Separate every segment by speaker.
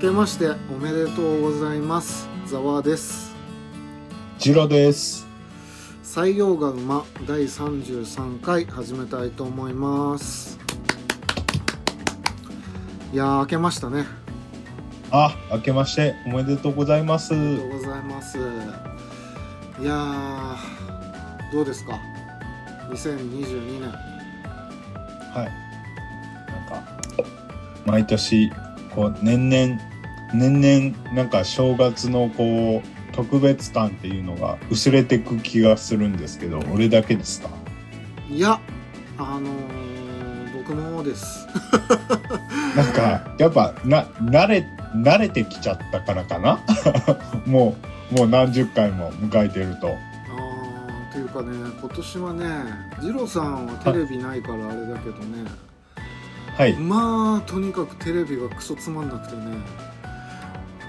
Speaker 1: けましておめでとうございますざわです
Speaker 2: ジロです。
Speaker 1: 採用が馬第33回始めたいと思いますいやー明けましたね
Speaker 2: あ、明けましておめでとうございます。
Speaker 1: ありがとうございますいやーどうですか2022年
Speaker 2: はい。なんか毎年こう年々年々なんか正月のこう特別感っていうのが薄れてく気がするんですけど、俺だけですか。
Speaker 1: いやあのー僕もです
Speaker 2: なんかやっぱな慣れ慣れてきちゃったからかな。 もうもう何十回も迎えてると。
Speaker 1: あーというかね今年はね二郎さんはテレビないからあれだけどね、
Speaker 2: はい。
Speaker 1: まあとにかくテレビがクソつまんなくてね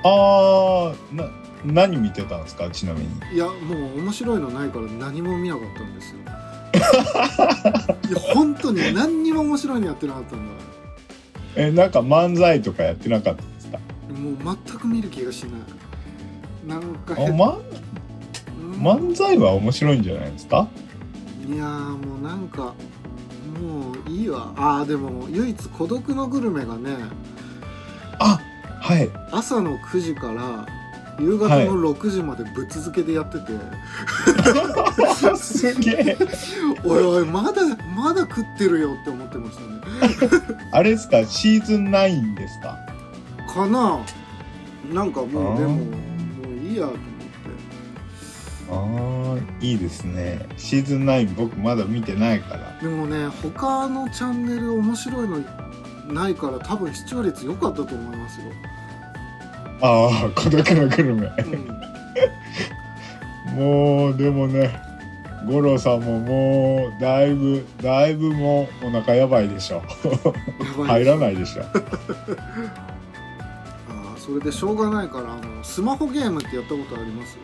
Speaker 2: あーな何見てたんですかちなみに。
Speaker 1: いやもう面白いのないから何も見なかったん ですよいや本当に何にも面白いのやってなかったんだか
Speaker 2: えなんか漫才とかやってなかったんです か。
Speaker 1: らもう全く見る気がしないなんか
Speaker 2: あ
Speaker 1: へ
Speaker 2: ま
Speaker 1: うん
Speaker 2: 漫才は面白いんじゃないですか
Speaker 1: いやーもうなんかもういいわあーでも唯一「孤独のグルメ」がね
Speaker 2: あはい
Speaker 1: 朝の9時から夕方の6時までぶっ続けでやってて、
Speaker 2: すげえ
Speaker 1: おいおいまだまだ食ってるよって思ってましたね
Speaker 2: あれですかシーズン9ですか
Speaker 1: かななんかもう
Speaker 2: あー
Speaker 1: でももういいやと思って
Speaker 2: あーいいですねシーズン9僕まだ見てないから
Speaker 1: でもね他のチャンネル面白いのないから多分視聴率良かったと思いますよ、
Speaker 2: ああ孤独のグルメ
Speaker 1: うん
Speaker 2: もうでもね五郎さんももうだいぶだいぶもうお腹やばいでしょ
Speaker 1: やばい
Speaker 2: 入らないでしょ
Speaker 1: あーそれでしょうがないからあのスマホゲームってやったことあります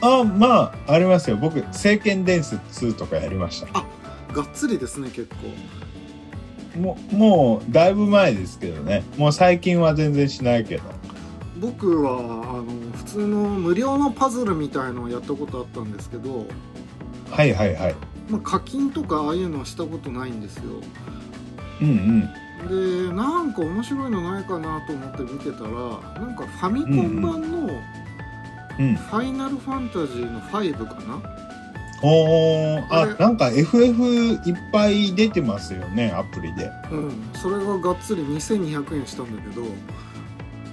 Speaker 2: あまあありますよ僕「聖剣伝説2」とかやりました
Speaker 1: がっつりですね結構
Speaker 2: もうもうだいぶ前ですけどねもう最近は全然しないけど
Speaker 1: 僕はあの普通の無料のパズルみたいのをやったことあったんですけど、
Speaker 2: はいはいはい
Speaker 1: まあ、課金とかああいうのはしたことないんですよ
Speaker 2: うんうん
Speaker 1: でなんか面白いのないかなと思って見てたらなんかファミコン版の「
Speaker 2: うん
Speaker 1: ファイナルファンタジー」の5かな
Speaker 2: おー
Speaker 1: あれ
Speaker 2: あなんか FF いっぱい出てますよねアプリで
Speaker 1: うんそれががっつり2200円したんだけどう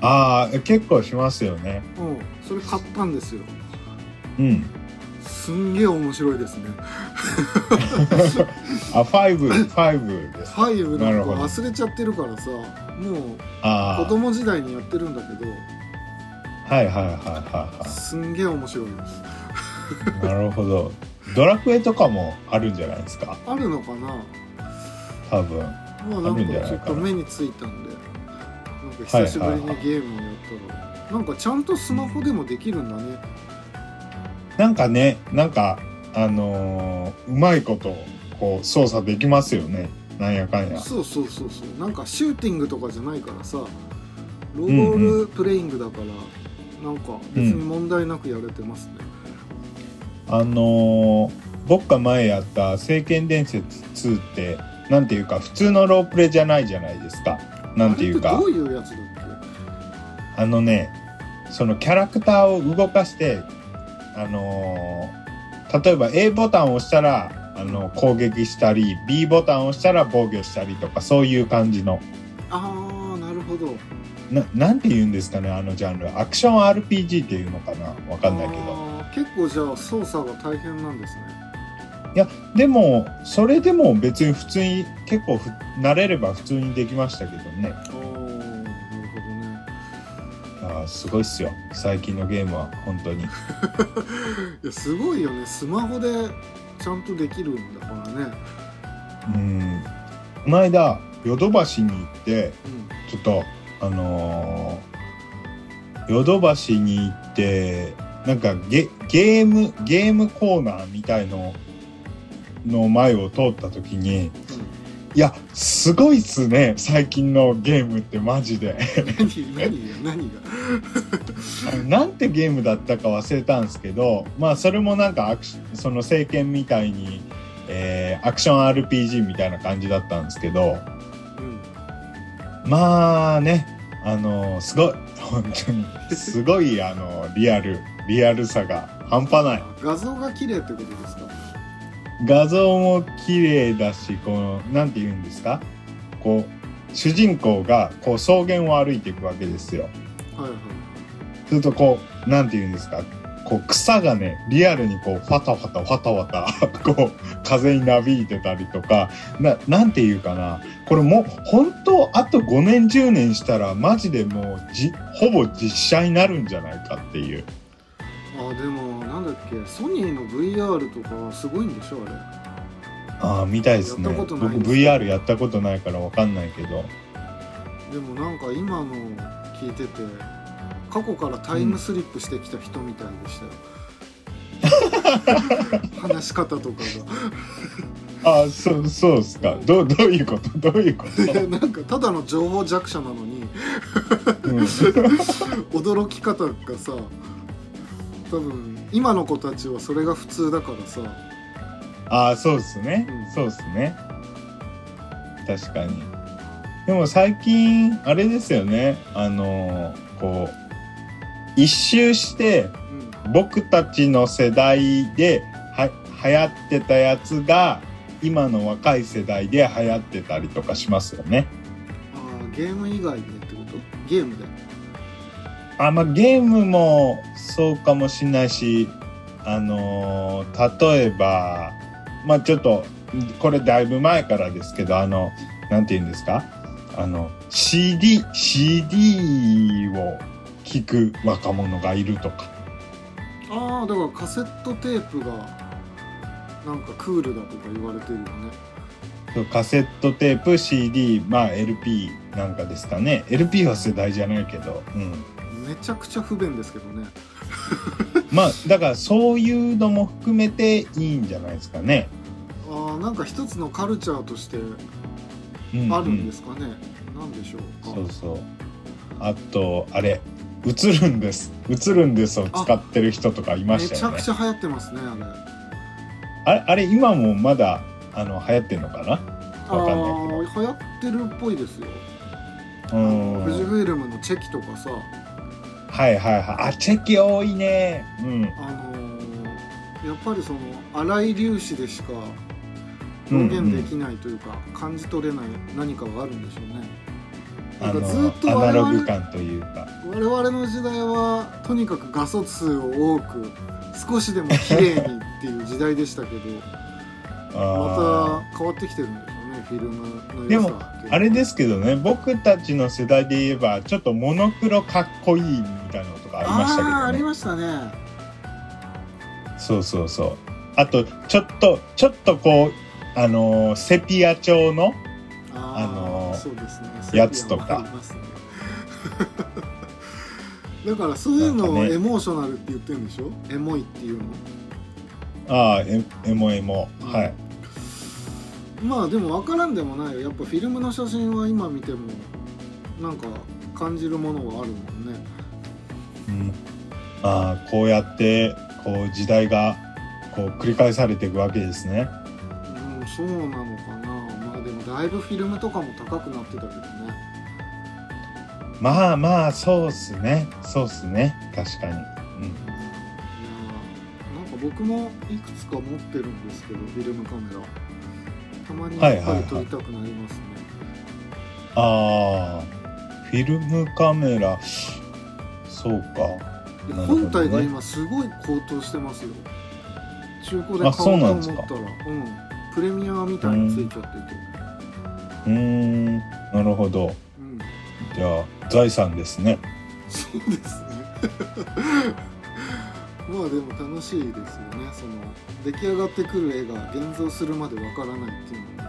Speaker 2: ああ結構しますよね
Speaker 1: んそれ買ったんですよ
Speaker 2: うん
Speaker 1: すんげえ面白いですね
Speaker 2: あファイ ブファイブです
Speaker 1: 5な
Speaker 2: なんる
Speaker 1: か
Speaker 2: ほど
Speaker 1: 忘れちゃってるからさもう子
Speaker 2: ああ
Speaker 1: 供時代にやってるんだけど
Speaker 2: はいはいはいは
Speaker 1: すんげえ面白いです
Speaker 2: いはいなるほどドラクエとかもあるんじゃないですか
Speaker 1: あるのかな
Speaker 2: 多分
Speaker 1: まあな
Speaker 2: ある
Speaker 1: ん
Speaker 2: んじ
Speaker 1: か
Speaker 2: ゃな
Speaker 1: ちょ
Speaker 2: いかな
Speaker 1: っと目についたんでなんか久しぶりにゲームをやったら、なんかちゃんとスマホでもできるんだね
Speaker 2: なんかねなんかあのーうまいことこう操作できますよねなんやかんや
Speaker 1: そうそうそうそうなんかシューティングとかじゃないからさロ
Speaker 2: んうん
Speaker 1: ールプレイングだから、なんか別に問題なくやれてますね、
Speaker 2: あのー僕が前やった「聖剣伝説2」ってなんていうか普通のロープレイじゃないじゃないですかなんていう
Speaker 1: あ
Speaker 2: か
Speaker 1: れってどういうやつだっ
Speaker 2: あのねそのキャラクターを動かしてあのー例えば A ボタンを押したらあの攻撃したり B ボタンを押したら防御したりとかそういう感じの
Speaker 1: けああなるほど
Speaker 2: ななんて言うんですかねあのジャンルアクション RPG っていうのかなわかんないけど
Speaker 1: あー結構じゃあ操作が大変なんですね
Speaker 2: でもそれでも別に普通に結構ふ慣れれば普通にできましたけどね
Speaker 1: ああなるほどね
Speaker 2: あーすごいっすよ最近のゲームは本当 に
Speaker 1: いやすごいよねスマホでちゃんとできるんだからね、
Speaker 2: うんこの間ヨドバシに行って
Speaker 1: うん、
Speaker 2: ちょっとあのーヨドバシに行ってなんかゲゲーム ゲームコーナーみたいのの前を通った時にいやすごいっすね最近のゲームってマジで
Speaker 1: 何何が何が
Speaker 2: あのなんてゲームだったか忘れたんですけどまあそれもなんかアクシその政権みたいに、えーアクション RPG みたいな感じだったんですけど
Speaker 1: うん
Speaker 2: まあねあのすごい本当にすごいあのリアルリアルさが半端ない
Speaker 1: 画像が綺麗ってことですか
Speaker 2: 画像も綺麗だしこのなんて言うんですかこう主人公がこう草原を歩いていくわけですよ
Speaker 1: はいはい
Speaker 2: するとこうなんて言うんですかこう草がねリアルにこうファタファタファタファタ こう風になびいてたりとかななんていうかなこれもう本当あと5年10年したらマジでもうじほぼ実写になるんじゃないかっていう
Speaker 1: あでもなんだっけソニーの VR とかすごいんでしょあ
Speaker 2: ああみたいですね
Speaker 1: やったこと
Speaker 2: 僕
Speaker 1: ないです
Speaker 2: VR やったことないからわかんないけど
Speaker 1: れでもなんか今の聞いてて過去からタイムスリップしてきた人みたいでしたよ、話し方とか
Speaker 2: ああそうそうですかどうどういうことどういうこ
Speaker 1: がいやなんかただの情報弱者なのに
Speaker 2: と、うん
Speaker 1: 驚き方がさ多分今の子たちはそれが普通だからさ
Speaker 2: ああそうですね、
Speaker 1: うん
Speaker 2: そうですね確かにでも最近あれですよねあのーこう一周して
Speaker 1: うん
Speaker 2: 僕たちの世代では流行ってたやつが今の若い世代で流行ってたりとかしますよね
Speaker 1: あーゲーム以外でってことゲームで
Speaker 2: あまあゲームもそうかもしれないしあのー例えばまあちょっとこれだいぶ前からですけどあのなんて言うんですかあの CD, CD を聞く若者がいるとか
Speaker 1: ああだからカセットテープがなんかクールだとか言われてるよね
Speaker 2: カセットテープ CD まあ LP なんかですかね LP は世代じゃないけど、うん、
Speaker 1: めちゃくちゃ不便ですけどね
Speaker 2: まあだからそういうのも含めていいんじゃないですかね。
Speaker 1: あーなんか一つのカルチャーとして
Speaker 2: うんうん
Speaker 1: あるんですかね、なんでしょうか
Speaker 2: そうそう。あと、あれ、映るんです。映るんですを使ってる人とかいま
Speaker 1: め
Speaker 2: した
Speaker 1: ち
Speaker 2: よ
Speaker 1: ゃ
Speaker 2: ね
Speaker 1: く。ちゃ流行ってますねあれ
Speaker 2: あれ、あれ今もまだ、あの、流行ってんのかな。
Speaker 1: あ
Speaker 2: わかんないけ
Speaker 1: ー
Speaker 2: ど
Speaker 1: 流行ってるっぽいですよ
Speaker 2: う
Speaker 1: 富士
Speaker 2: ん。
Speaker 1: フイルムのチェキとかさ
Speaker 2: はいはいはい。あ、チェキ多いね。うん。
Speaker 1: あのーやっぱりその荒い粒子でしか
Speaker 2: うん
Speaker 1: 表現できないというか、感じ取れない何かがあるんでしょうねな
Speaker 2: あ
Speaker 1: んかずっ
Speaker 2: の、
Speaker 1: と
Speaker 2: アナ
Speaker 1: 我
Speaker 2: ロ
Speaker 1: 々
Speaker 2: グ感というか。
Speaker 1: 我々の時代はとにかく画素数を多く少しでも綺麗にっていう時代でしたけど
Speaker 2: あ
Speaker 1: また変わってきてるんでしょうねフィルムの
Speaker 2: で
Speaker 1: 良
Speaker 2: も
Speaker 1: さっていう
Speaker 2: ーあれですけどね、僕たちの世代で言えば、ちょっとモノクロかっこいいみたいなのとかありましたけ
Speaker 1: あーあ
Speaker 2: どね
Speaker 1: り。ましたね
Speaker 2: そうそうそう。あと、ちょっと、ちょっとこう、あのーセピア調の、
Speaker 1: あー
Speaker 2: あのー
Speaker 1: そうですね
Speaker 2: やつとか
Speaker 1: セピアもありますね だからそういうの
Speaker 2: な
Speaker 1: を
Speaker 2: んかね
Speaker 1: エモーショナルって言ってるんでしょ、エモいっていうの
Speaker 2: ああ、エエモエモ。はい。
Speaker 1: まあでも分からんでもないよやっぱフィルムの写真は今見てもなんか感じるものはあるもんね
Speaker 2: うん、まあ、こうやって、こう時代が、こう繰り返されていくわけですね。
Speaker 1: うんそうなのかなまあでもだいぶフィルムとかも高くなってたけどね
Speaker 2: まあまあ、そうっすね。そうっすね。確かに。うん。
Speaker 1: いやーなんか僕もいくつか持ってるんですけどフィルムカメラたまにやっぱり撮りたくなりますね、
Speaker 2: ああ、フィルムカメラ、そうか。
Speaker 1: で
Speaker 2: なるほどね
Speaker 1: 本体が今すごい高騰してますよ中古で買お
Speaker 2: あ
Speaker 1: うと
Speaker 2: そうなん
Speaker 1: 思っ
Speaker 2: です
Speaker 1: た
Speaker 2: から
Speaker 1: うんプレミアみたいについちゃってて、
Speaker 2: うーん、なるほど。
Speaker 1: うん、
Speaker 2: じゃあ、財産ですね。
Speaker 1: そうですね まあでも楽しいですよねその出来上がってくる絵が現像するまでわからないっていうのもなん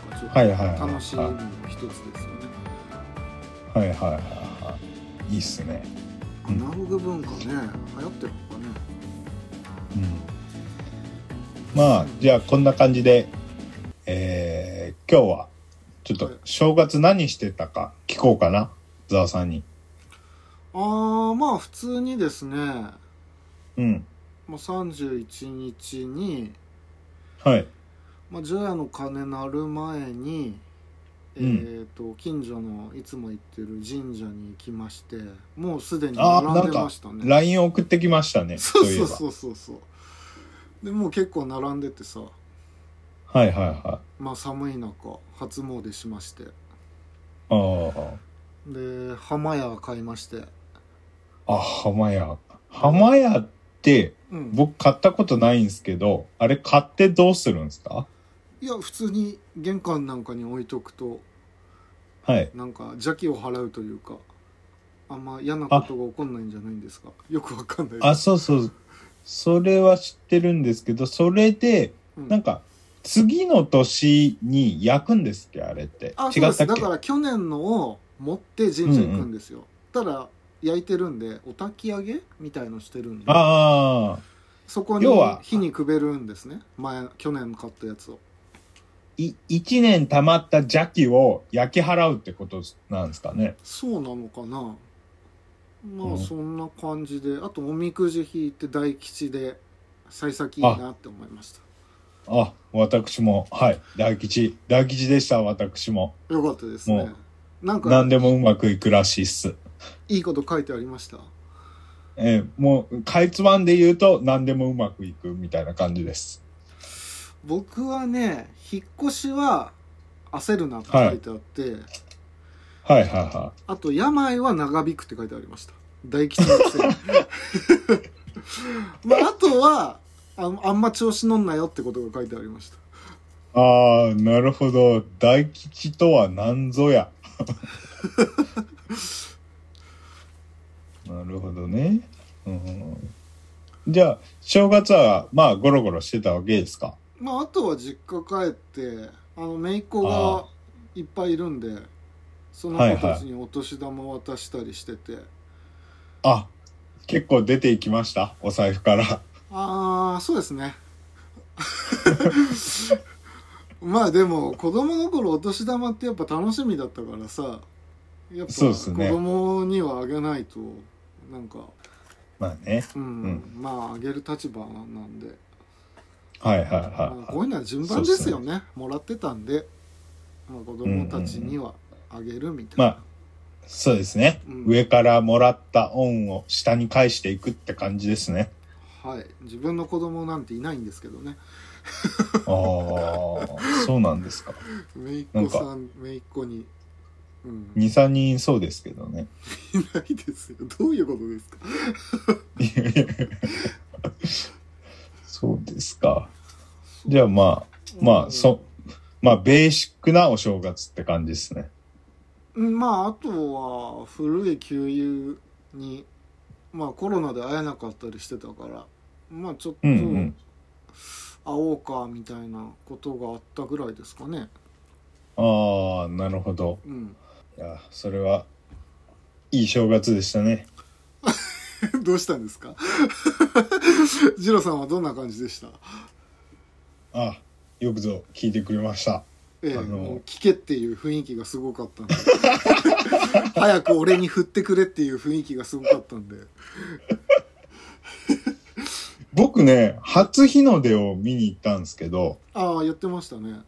Speaker 1: かちょっ
Speaker 2: はいはいはい
Speaker 1: と楽しみの一つですよね
Speaker 2: はいはいはいはい。いいっすね。
Speaker 1: アナログ文化ね流行ってるのかね
Speaker 2: うんまあじゃあこんな感じで、えー今日は、ちょっと正月何してたか聞こうかな、ざわさんに。
Speaker 1: ああまあ普通にですね
Speaker 2: うん。
Speaker 1: もう31日に、
Speaker 2: はい。
Speaker 1: まあ、除夜の鐘鳴る前に、
Speaker 2: うん
Speaker 1: えっと近所のいつも行ってる神社に行きましてもうすでに
Speaker 2: あー
Speaker 1: 並んでましたね
Speaker 2: LINE 送ってきましたね。
Speaker 1: そう
Speaker 2: いえ
Speaker 1: そう
Speaker 2: ば。
Speaker 1: そうそうそうでもう結構並んでてさ
Speaker 2: はいはいは
Speaker 1: まあ寒い中初詣しまして
Speaker 2: い。ああ。
Speaker 1: で浜屋買いまして
Speaker 2: あ、浜屋。浜屋って、
Speaker 1: うん
Speaker 2: 僕買ったことないんですけど、あれ買ってどうするんですか
Speaker 1: いや普通に玄関なんかに置いとくと
Speaker 2: はい。
Speaker 1: なんか邪気を払うというかあんま嫌なことが起こんないんじゃないんですかよくわかんない
Speaker 2: あ、
Speaker 1: です
Speaker 2: そうそう。それは知ってるんですけど、それで、
Speaker 1: うん
Speaker 2: なんか、次の年に焼くんですっけあれって。
Speaker 1: あそう
Speaker 2: 違
Speaker 1: で
Speaker 2: っ
Speaker 1: す
Speaker 2: たっ
Speaker 1: だ
Speaker 2: け
Speaker 1: から去年のを持って神社行くんですよ、ただ焼いてるんでお焚き上げみたいのしてるんで
Speaker 2: ああ。
Speaker 1: そこに
Speaker 2: 要は
Speaker 1: 火にくべるんですね前去年買ったやつを
Speaker 2: い、一年溜まった邪気を焼き払うってことなんですかね。
Speaker 1: そうなのかな
Speaker 2: う
Speaker 1: まあ
Speaker 2: ん
Speaker 1: そんな感じであとおみくじ引いて大吉で幸先いいなって思いました
Speaker 2: あ、私も、はい。大吉。大吉でした、私も。
Speaker 1: よかったですね
Speaker 2: も
Speaker 1: なんか
Speaker 2: 何でもうまくいくらしいっす。
Speaker 1: いいこと書いてありました
Speaker 2: えーもう、かいつまんで言うと何でもうまくいくみたいな感じです。
Speaker 1: 僕はね引っ越しは焦るなって書いてあって、
Speaker 2: はいはいは
Speaker 1: あと病は長引くって書いてありました大吉のくせに まああとはああんま調子乗んなよってことが書いてありました
Speaker 2: い。ああ、なるほど。大吉とは何ぞ や。なるほどね。うん、じゃあ、正月は、まあ、ゴロゴロしてたわけですか。
Speaker 1: まああとは実家帰ってあの姪っ子
Speaker 2: あ
Speaker 1: が
Speaker 2: あ
Speaker 1: いっぱいいるんでその
Speaker 2: はい
Speaker 1: 子
Speaker 2: はい
Speaker 1: たちにお年玉渡したりしてて、
Speaker 2: あ、結構出ていきました。お財布から。
Speaker 1: ああそうですね まあでも子供の頃お年玉ってやっぱ楽しみだったからさやっぱ
Speaker 2: そう
Speaker 1: 子
Speaker 2: ですね
Speaker 1: 供にはあげないとなんか
Speaker 2: まあね。
Speaker 1: うん、
Speaker 2: うん
Speaker 1: まああげる立場なんで、
Speaker 2: はいはいはい
Speaker 1: まあこう
Speaker 2: はい
Speaker 1: いうのは順番ですよねもらってたんで、まあ、子供たちにはあげるみたいな、
Speaker 2: まあそうですね。
Speaker 1: うん
Speaker 2: 上からもらった恩を下に返していくって感じですね。
Speaker 1: はい自分の子供なんていないんですけどね
Speaker 2: ああ、そうなんですか。
Speaker 1: 姪っ子さん姪っ子に、うん、い
Speaker 2: 2、3人そうですけどね。
Speaker 1: ないですよどういうことですか
Speaker 2: そうですか。じゃあまあ、まあ、そ、まあ、ベーシックなお正月って感じですね。
Speaker 1: うんまああとは古い旧友にまあコロナで会えなかったりしてたからまあちょっと
Speaker 2: うんう
Speaker 1: 会
Speaker 2: ん。
Speaker 1: おうかみたいなことがあったぐらいですかね
Speaker 2: ああ、なるほど。
Speaker 1: うん
Speaker 2: いや、それは、いい正月でしたね。
Speaker 1: どうしたんですか ジロさんはどんな感じでした
Speaker 2: ああ、よくぞ聞いてくれました。
Speaker 1: ええ
Speaker 2: あの
Speaker 1: もう聞けっていう雰囲気がすごかったんで 早く俺に振ってくれっていう雰囲気がすごかったんで
Speaker 2: 僕ね、初日の出を見に行ったんですけど、
Speaker 1: ああやってましたね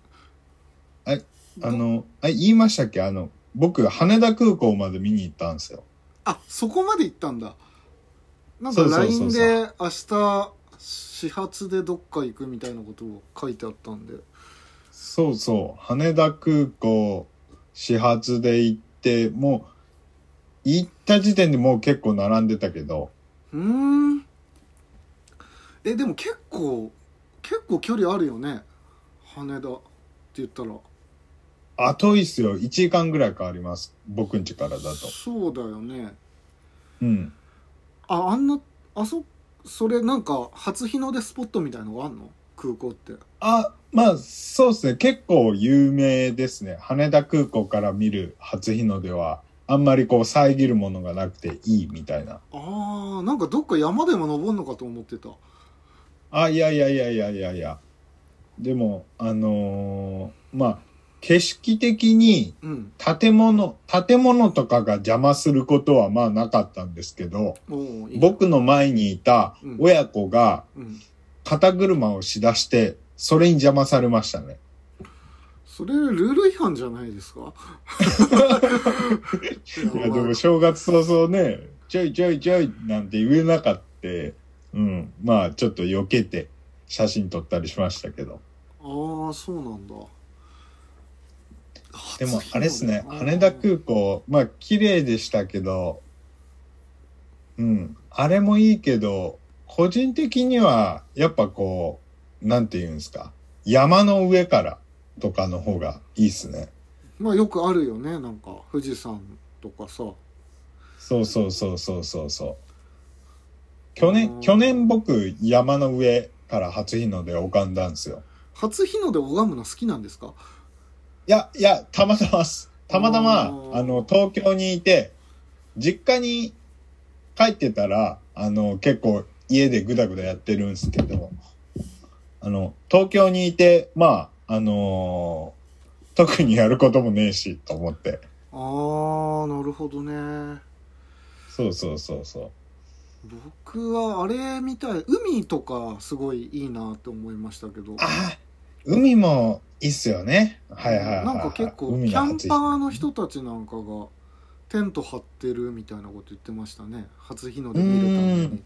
Speaker 2: あの、あ言いましたっけあの、僕、羽田空港まで見に行ったんですよ。
Speaker 1: あそこまで行ったんだなんか
Speaker 2: そうそうそうそう
Speaker 1: LINE で明日始発でどっか行くみたいなことを書いてあったんで
Speaker 2: そうそう、羽田空港始発で行って、もう、行った時点でもう結構並んでたけど、
Speaker 1: うーんえでも結構結構距離あるよね羽田って言ったら
Speaker 2: あ、遠いっすよ。1時間ぐらい変わります。僕ん家からだと。
Speaker 1: そうだよね
Speaker 2: うん。
Speaker 1: ああんなあそそれなんか初日の出スポットみたいのがあんの空港って
Speaker 2: あ、まあ、そうですね。結構有名ですね。羽田空港から見る初日の出は、あんまりこう、遮るものがなくていいみたいな。
Speaker 1: ああんかどっか山でも登るのかと思ってた
Speaker 2: あ、いやいやいやいやいやいや。でも、あのーまあ、景色的に
Speaker 1: うん
Speaker 2: 建物、建物とかが邪魔することはまあなかったんですけど、
Speaker 1: おーいい
Speaker 2: 僕の前にいた親子が
Speaker 1: うん、
Speaker 2: 肩車をしだして、それに邪魔されましたね。
Speaker 1: それルール違反じゃないです か
Speaker 2: い
Speaker 1: いや
Speaker 2: や、で
Speaker 1: まあ
Speaker 2: も正月早々ね、ちょいちょいちょいなんて言えなかった。うん。まあ、ちょっと避けて写真撮ったりしましたけど。
Speaker 1: ああそうなんだ
Speaker 2: でも、あれですね、
Speaker 1: 初日の出
Speaker 2: 羽田空港、まあ、綺麗でしたけど、うん。あれもいいけど、個人的には、やっぱこう、なんて言うんですか。山の上からとかの方がいいですね。
Speaker 1: まあよくあるよねなんか富士山とかさ
Speaker 2: そうそうそうそうそうそう。去
Speaker 1: う
Speaker 2: 年、
Speaker 1: ん
Speaker 2: 去年僕、山の上から初日の出を拝んだんですよ。
Speaker 1: 初日の出拝むの好きなんですか
Speaker 2: いや、いや、たまたまっす。たまたま
Speaker 1: う、ん
Speaker 2: あの、東京にいて、実家に帰ってたら、あの、結構家でぐだぐだやってるんですけど、あの、東京にいて、まあ、あのー特にやることもねえし、と思って。
Speaker 1: ああなるほどね
Speaker 2: そうそうそうそう。
Speaker 1: 僕はあれみたい海とかすごいいいなって思いましたけど
Speaker 2: あ海もいいっすよね。はいはいはいはい。
Speaker 1: なんか結構
Speaker 2: 海
Speaker 1: キャ
Speaker 2: の暑
Speaker 1: ン
Speaker 2: い
Speaker 1: パーの人たちなんかがテント張ってるみたいなこと言ってましたね初日の出見るため
Speaker 2: う
Speaker 1: に
Speaker 2: ん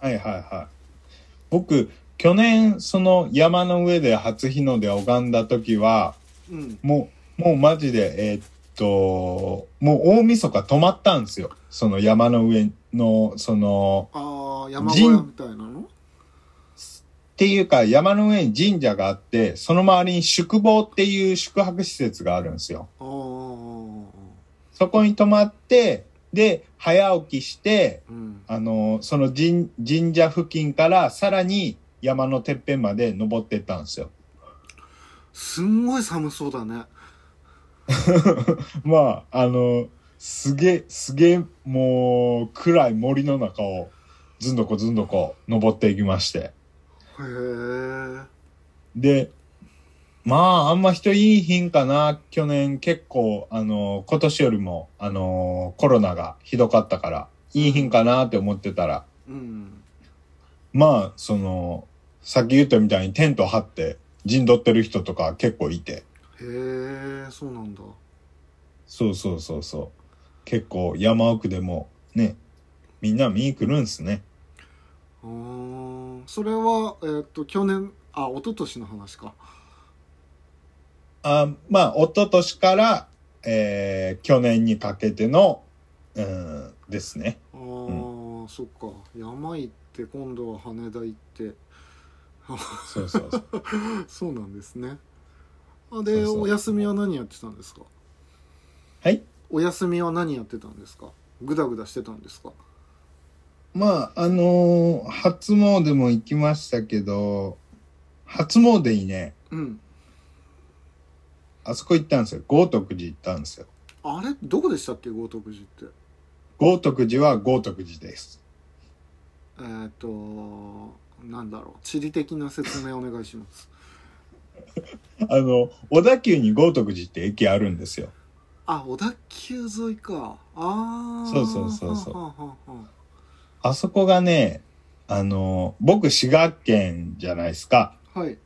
Speaker 2: はいはいはい。僕、去年、その山の上で初日の出を拝んだ時は、
Speaker 1: うん
Speaker 2: もう、もうマジで、えーっと、もう大晦日止まったんですよ。その山の上の、その、
Speaker 1: ああ山小
Speaker 2: ジン
Speaker 1: 屋みたいなの
Speaker 2: っていうか山の上に神社があって、その周りに宿坊っていう宿泊施設があるんですよ。
Speaker 1: ああ
Speaker 2: そこに泊まって、で、早起きして、
Speaker 1: うん
Speaker 2: あの、その神神社付近からさらに山のてっぺんまで登ってったんですよ。
Speaker 1: すんごい寒そうだね
Speaker 2: まあ、あの、すげえ、すげえ、もう、暗い森の中をずんどこずんどこ登っていきまして。
Speaker 1: へえ
Speaker 2: で、まあ、あんま人いい品かな。去年結構、あの、今年よりも、あの、コロナがひどかったから、いい品かなって思ってたら、
Speaker 1: うん
Speaker 2: まあ、その、さっき言ったみたいにテント張って陣取ってる人とか結構いて、
Speaker 1: へえそうなんだ
Speaker 2: そうそうそうそう。結構山奥でもね、みんな見に来るんすね。
Speaker 1: あーそれはえーっと去年あ一昨年の話か
Speaker 2: あまあ、一昨年から、えー去年にかけての、うん、ですね。
Speaker 1: ああ、そっか山行って今度は羽田行って
Speaker 2: そうそうそう。
Speaker 1: そうなんですねあで
Speaker 2: そうそう
Speaker 1: お休みは何やってたんですか
Speaker 2: はい。
Speaker 1: お休みは何やってたんですかグダグダしてたんですか
Speaker 2: まあ、あのー初詣も行きましたけど、初詣にね、
Speaker 1: うん
Speaker 2: あそこ行ったんですよ。豪徳寺行ったんですよ。
Speaker 1: あれどこでしたっけ豪徳寺って
Speaker 2: 豪徳寺は豪徳寺です。
Speaker 1: えーっ、となんだろう地理的な説明お願いします
Speaker 2: あの、小田急に豪徳寺って駅あるんですよ。
Speaker 1: あ小田急沿いかああ
Speaker 2: そうそうそうそう
Speaker 1: はあはあはあ
Speaker 2: あそこがね、あの、僕滋賀県じゃないですか。
Speaker 1: はい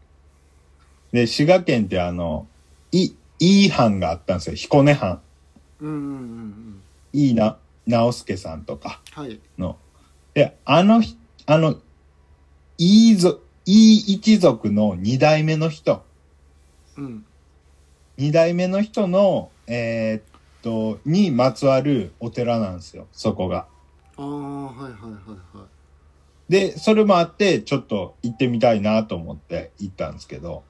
Speaker 2: で、滋賀県ってあの、い、いい藩があったんですよ。彦根藩。
Speaker 1: うんうんうんうん
Speaker 2: いいな、直輔さんとか
Speaker 1: はい
Speaker 2: の。で、あのひ、あの、いいぞ、いい一族の二代目の人。
Speaker 1: うん
Speaker 2: 二代目の人の、えーっと、にまつわるお寺なんですよ。そこが。
Speaker 1: ああはいはいはいはい
Speaker 2: で、それもあって、ちょっと行ってみたいなと思って行ったんですけど、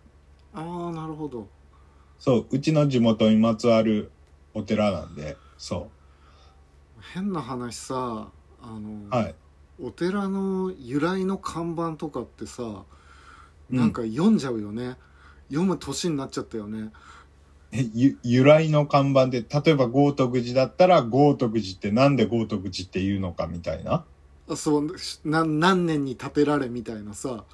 Speaker 1: ああなるほど
Speaker 2: そう、うちの地元にまつわるお寺なんで、そ
Speaker 1: 変な話さあの、
Speaker 2: う。はい。
Speaker 1: お寺の由来の看板とかってさ
Speaker 2: うん
Speaker 1: なんか読んじゃうよね、読む年になっちゃったよね
Speaker 2: えゆ由来の看板で、例えば豪徳寺だったら、豪徳寺ってなんで豪徳寺っていうのかみたいな。
Speaker 1: あそうな何年に建てられみたいなさ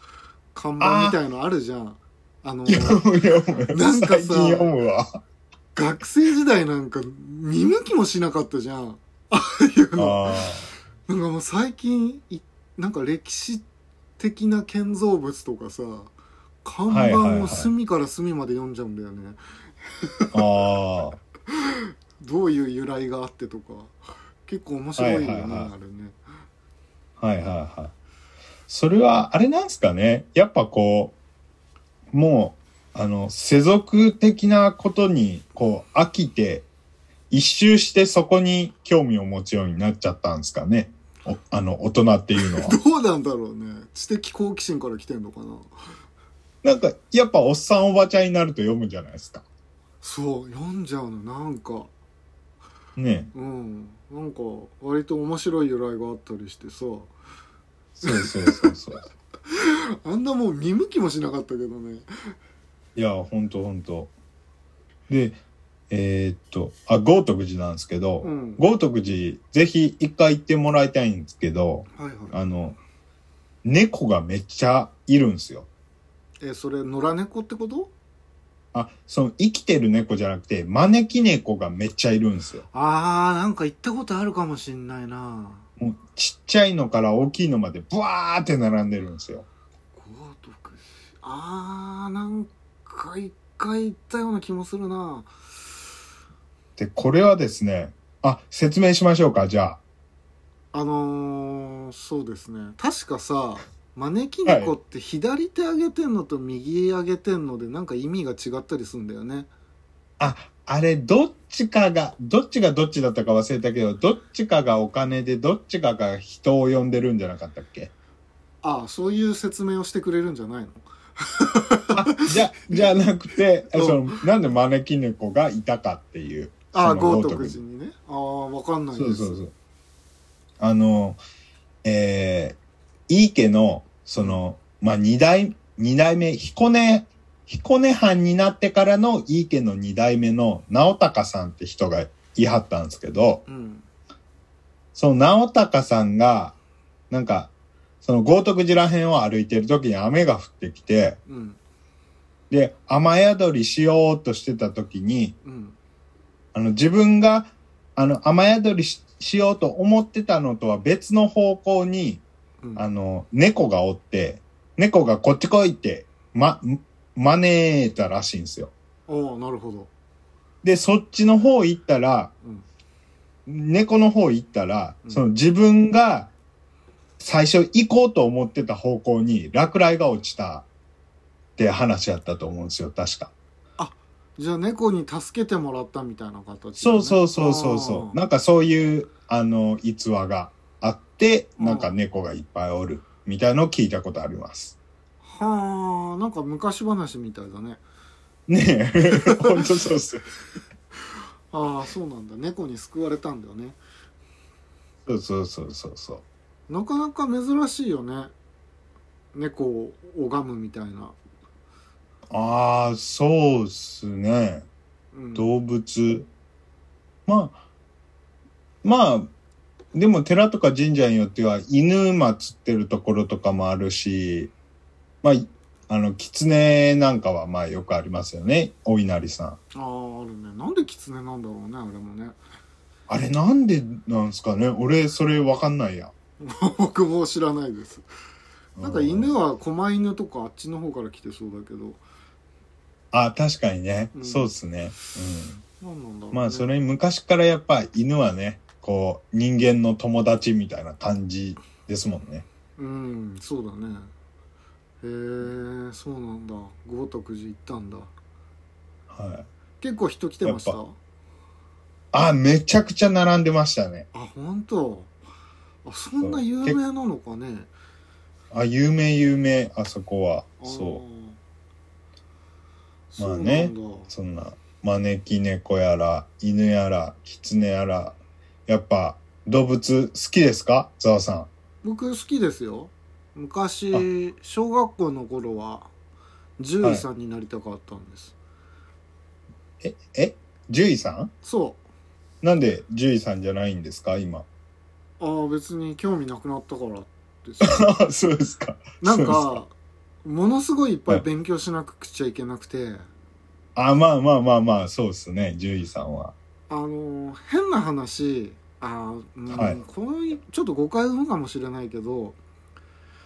Speaker 1: 看板みたいのあるじゃんあ の
Speaker 2: 読む読む
Speaker 1: なんかさ
Speaker 2: 最近読むわ
Speaker 1: 学生時代なんか見向きもしなかったじゃんああいうの
Speaker 2: あ
Speaker 1: なんかもう最近いなんか歴史的な建造物とかさ看
Speaker 2: はいはいは
Speaker 1: 板を
Speaker 2: い
Speaker 1: 隅から隅まで読んじゃうんだよね、
Speaker 2: ーあー
Speaker 1: どういう由来があってとか結構面白いよね、
Speaker 2: はいはいはい
Speaker 1: あれね
Speaker 2: はいはいはい。それは、あれなんですかね。やっぱこう、もう、あの、世俗的なことに、こう、飽きて、一周してそこに興味を持つようになっちゃったんですかね。おあの、大人っていう のは。
Speaker 1: どうなんだろうね知的好奇心から来てんのかな
Speaker 2: なんか、やっぱおっさんおばちゃんになると読むじゃないですか。
Speaker 1: そう読んじゃうのなんか
Speaker 2: ね
Speaker 1: うんなんか割と面白い由来があったりしてさ
Speaker 2: そうそうそうそう。
Speaker 1: あんなもう見向きもしなかったけどね
Speaker 2: いや、ほんとほんと。で、えーっと、あ、豪徳寺なんですけど、
Speaker 1: うん
Speaker 2: 豪徳寺、ぜひ一回行ってもらいたいんですけど、
Speaker 1: はいはい
Speaker 2: あの、猫がめっちゃいるんですよ。
Speaker 1: えそれ野良猫ってこと
Speaker 2: あ、その生きてる猫じゃなくて、招き猫がめっちゃいるんですよ。
Speaker 1: あーなんか行ったことあるかもしんないな
Speaker 2: もうちっちゃいのから大きいのまでブワーって並んでるんですよ。
Speaker 1: 豪徳寺あーなんか一回行ったような気もするな
Speaker 2: で、これはですね、あ、説明しましょうか、じゃあ。
Speaker 1: あのー、そうですね確かさ招き猫って左手上げてんのと右上げてんのでなんか意味が違ったりするんだよね
Speaker 2: あ、あれ、どっちかが、どっちがどっちだったか忘れたけど、どっちかがお金で、どっちかが人を呼んでるんじゃなかったっけ
Speaker 1: ああそういう説明をしてくれるんじゃないの
Speaker 2: あ、じゃ、じゃなくて、あ
Speaker 1: うん
Speaker 2: その、なんで招き猫がいたかっていう。
Speaker 1: ああ
Speaker 2: その
Speaker 1: 豪
Speaker 2: 豪徳
Speaker 1: 徳寺にねああわかんない
Speaker 2: そ
Speaker 1: で
Speaker 2: う
Speaker 1: す
Speaker 2: そうそう。あの、えー、井伊家の、その、まあ、二代、二代目、彦根、彦根藩になってからの井伊家の二代目の直隆さんって人がいはったんですけど、
Speaker 1: うん
Speaker 2: その直隆さんが、なんか、その豪徳寺ら辺を歩いてる時に雨が降ってきて、
Speaker 1: うん
Speaker 2: で、雨宿りしようとしてた時に、
Speaker 1: うん
Speaker 2: あの、自分が、あの、雨宿りししようと思ってたのとは別の方向に、
Speaker 1: うん
Speaker 2: あの、猫がおって、猫がこっち来いって、ま、招いたらしいんですよ。
Speaker 1: おおなるほど
Speaker 2: で、そっちの方行ったら、
Speaker 1: うん
Speaker 2: 猫の方行ったら、
Speaker 1: うん
Speaker 2: その自分が最初行こうと思ってた方向に落雷が落ちたって話やったと思うんですよ、確か。
Speaker 1: じゃあ猫に助けてもらったみたいな形だね、
Speaker 2: そうそうそうそうそ
Speaker 1: あ
Speaker 2: う。
Speaker 1: ー
Speaker 2: なんかそういう、あの、逸話があって、
Speaker 1: うん
Speaker 2: なんか猫がいっぱいおるみたいのを聞いたことあります。
Speaker 1: はあなんか昔話みたいだね
Speaker 2: ね え、ほんとそうっす。
Speaker 1: ああそうなんだ猫に救われたんだよね
Speaker 2: そうそうそうそうそう。
Speaker 1: なかなか珍しいよね猫を拝むみたいな、
Speaker 2: ああ、そうっすね。
Speaker 1: うん、
Speaker 2: 動物まあまあでも寺とか神社によっては犬祀ってるところとかもあるしまあいあの狐なんかはまあよくありますよねお稲荷さん
Speaker 1: あああるねなんで狐なんだろうねあれもね
Speaker 2: あれなんでなんですかね俺それわかんないや
Speaker 1: 僕も知らないですなんか
Speaker 2: う
Speaker 1: 犬は狛犬とかあっちの方から来てそうだけど
Speaker 2: あ確かにね、
Speaker 1: うん
Speaker 2: そうですね、
Speaker 1: 何なんだろうんね、
Speaker 2: う、まあそれに昔からやっぱ犬はねこう人間の友達みたいな感じですもんね
Speaker 1: うんそうだねへえそうなんだ豪徳寺行ったんだ
Speaker 2: はい
Speaker 1: 結構人来てました
Speaker 2: やあめちゃくちゃ並んでましたね
Speaker 1: あ本当あそんな有名なのかね
Speaker 2: あ、有名有名、あそこは。そう。
Speaker 1: あー
Speaker 2: まあね
Speaker 1: そうなんだ
Speaker 2: そんな、招き猫やら、犬やら、狐やら。やっぱ、動物好きですかざわさ
Speaker 1: 僕好きですよ昔小学校の頃は獣医さんになりたかったんです、
Speaker 2: ん。え、え獣医さん
Speaker 1: そ
Speaker 2: なんで獣医さんじゃないんですか今。
Speaker 1: うああ別に興味なくなったからです
Speaker 2: あそうですか。
Speaker 1: なん
Speaker 2: そう
Speaker 1: かものすごいいっぱ
Speaker 2: はい
Speaker 1: い勉強しなくちゃいけなくて、
Speaker 2: あ、まあまあまあまあ、そうですね、獣医さんは。
Speaker 1: あのー変な話あー、うん
Speaker 2: はい
Speaker 1: このいちょっと誤解を生むかもしれないけど、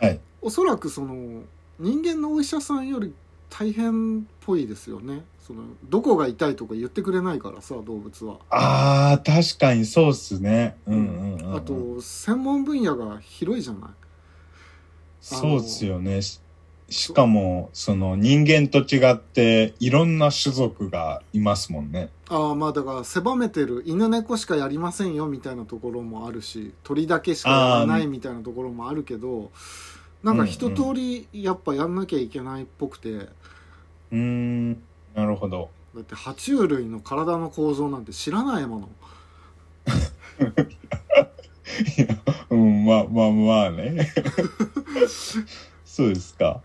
Speaker 2: はい
Speaker 1: おそらくその人間のお医者さんより大変っぽいですよねそのどこが痛いとか言ってくれないからさ動物は。
Speaker 2: ああ、確かにそうっすね。うんうんうん、うん。
Speaker 1: あ、と専門分野が広いじゃない
Speaker 2: そうっすよね。ししかも、その人間と違って、いろんな種族がいますもんね。
Speaker 1: ああまあだから狭めてる犬猫しかやりませんよみたいなところもあるし鳥だけしかやらないみたいなところもあるけどなんか一通りやっぱやんなきゃいけないっぽくてだ
Speaker 2: うーん、なるほど。
Speaker 1: って爬虫類の体の構造なんて知らないもの
Speaker 2: いやうん、まあまあまあね。 そうですか。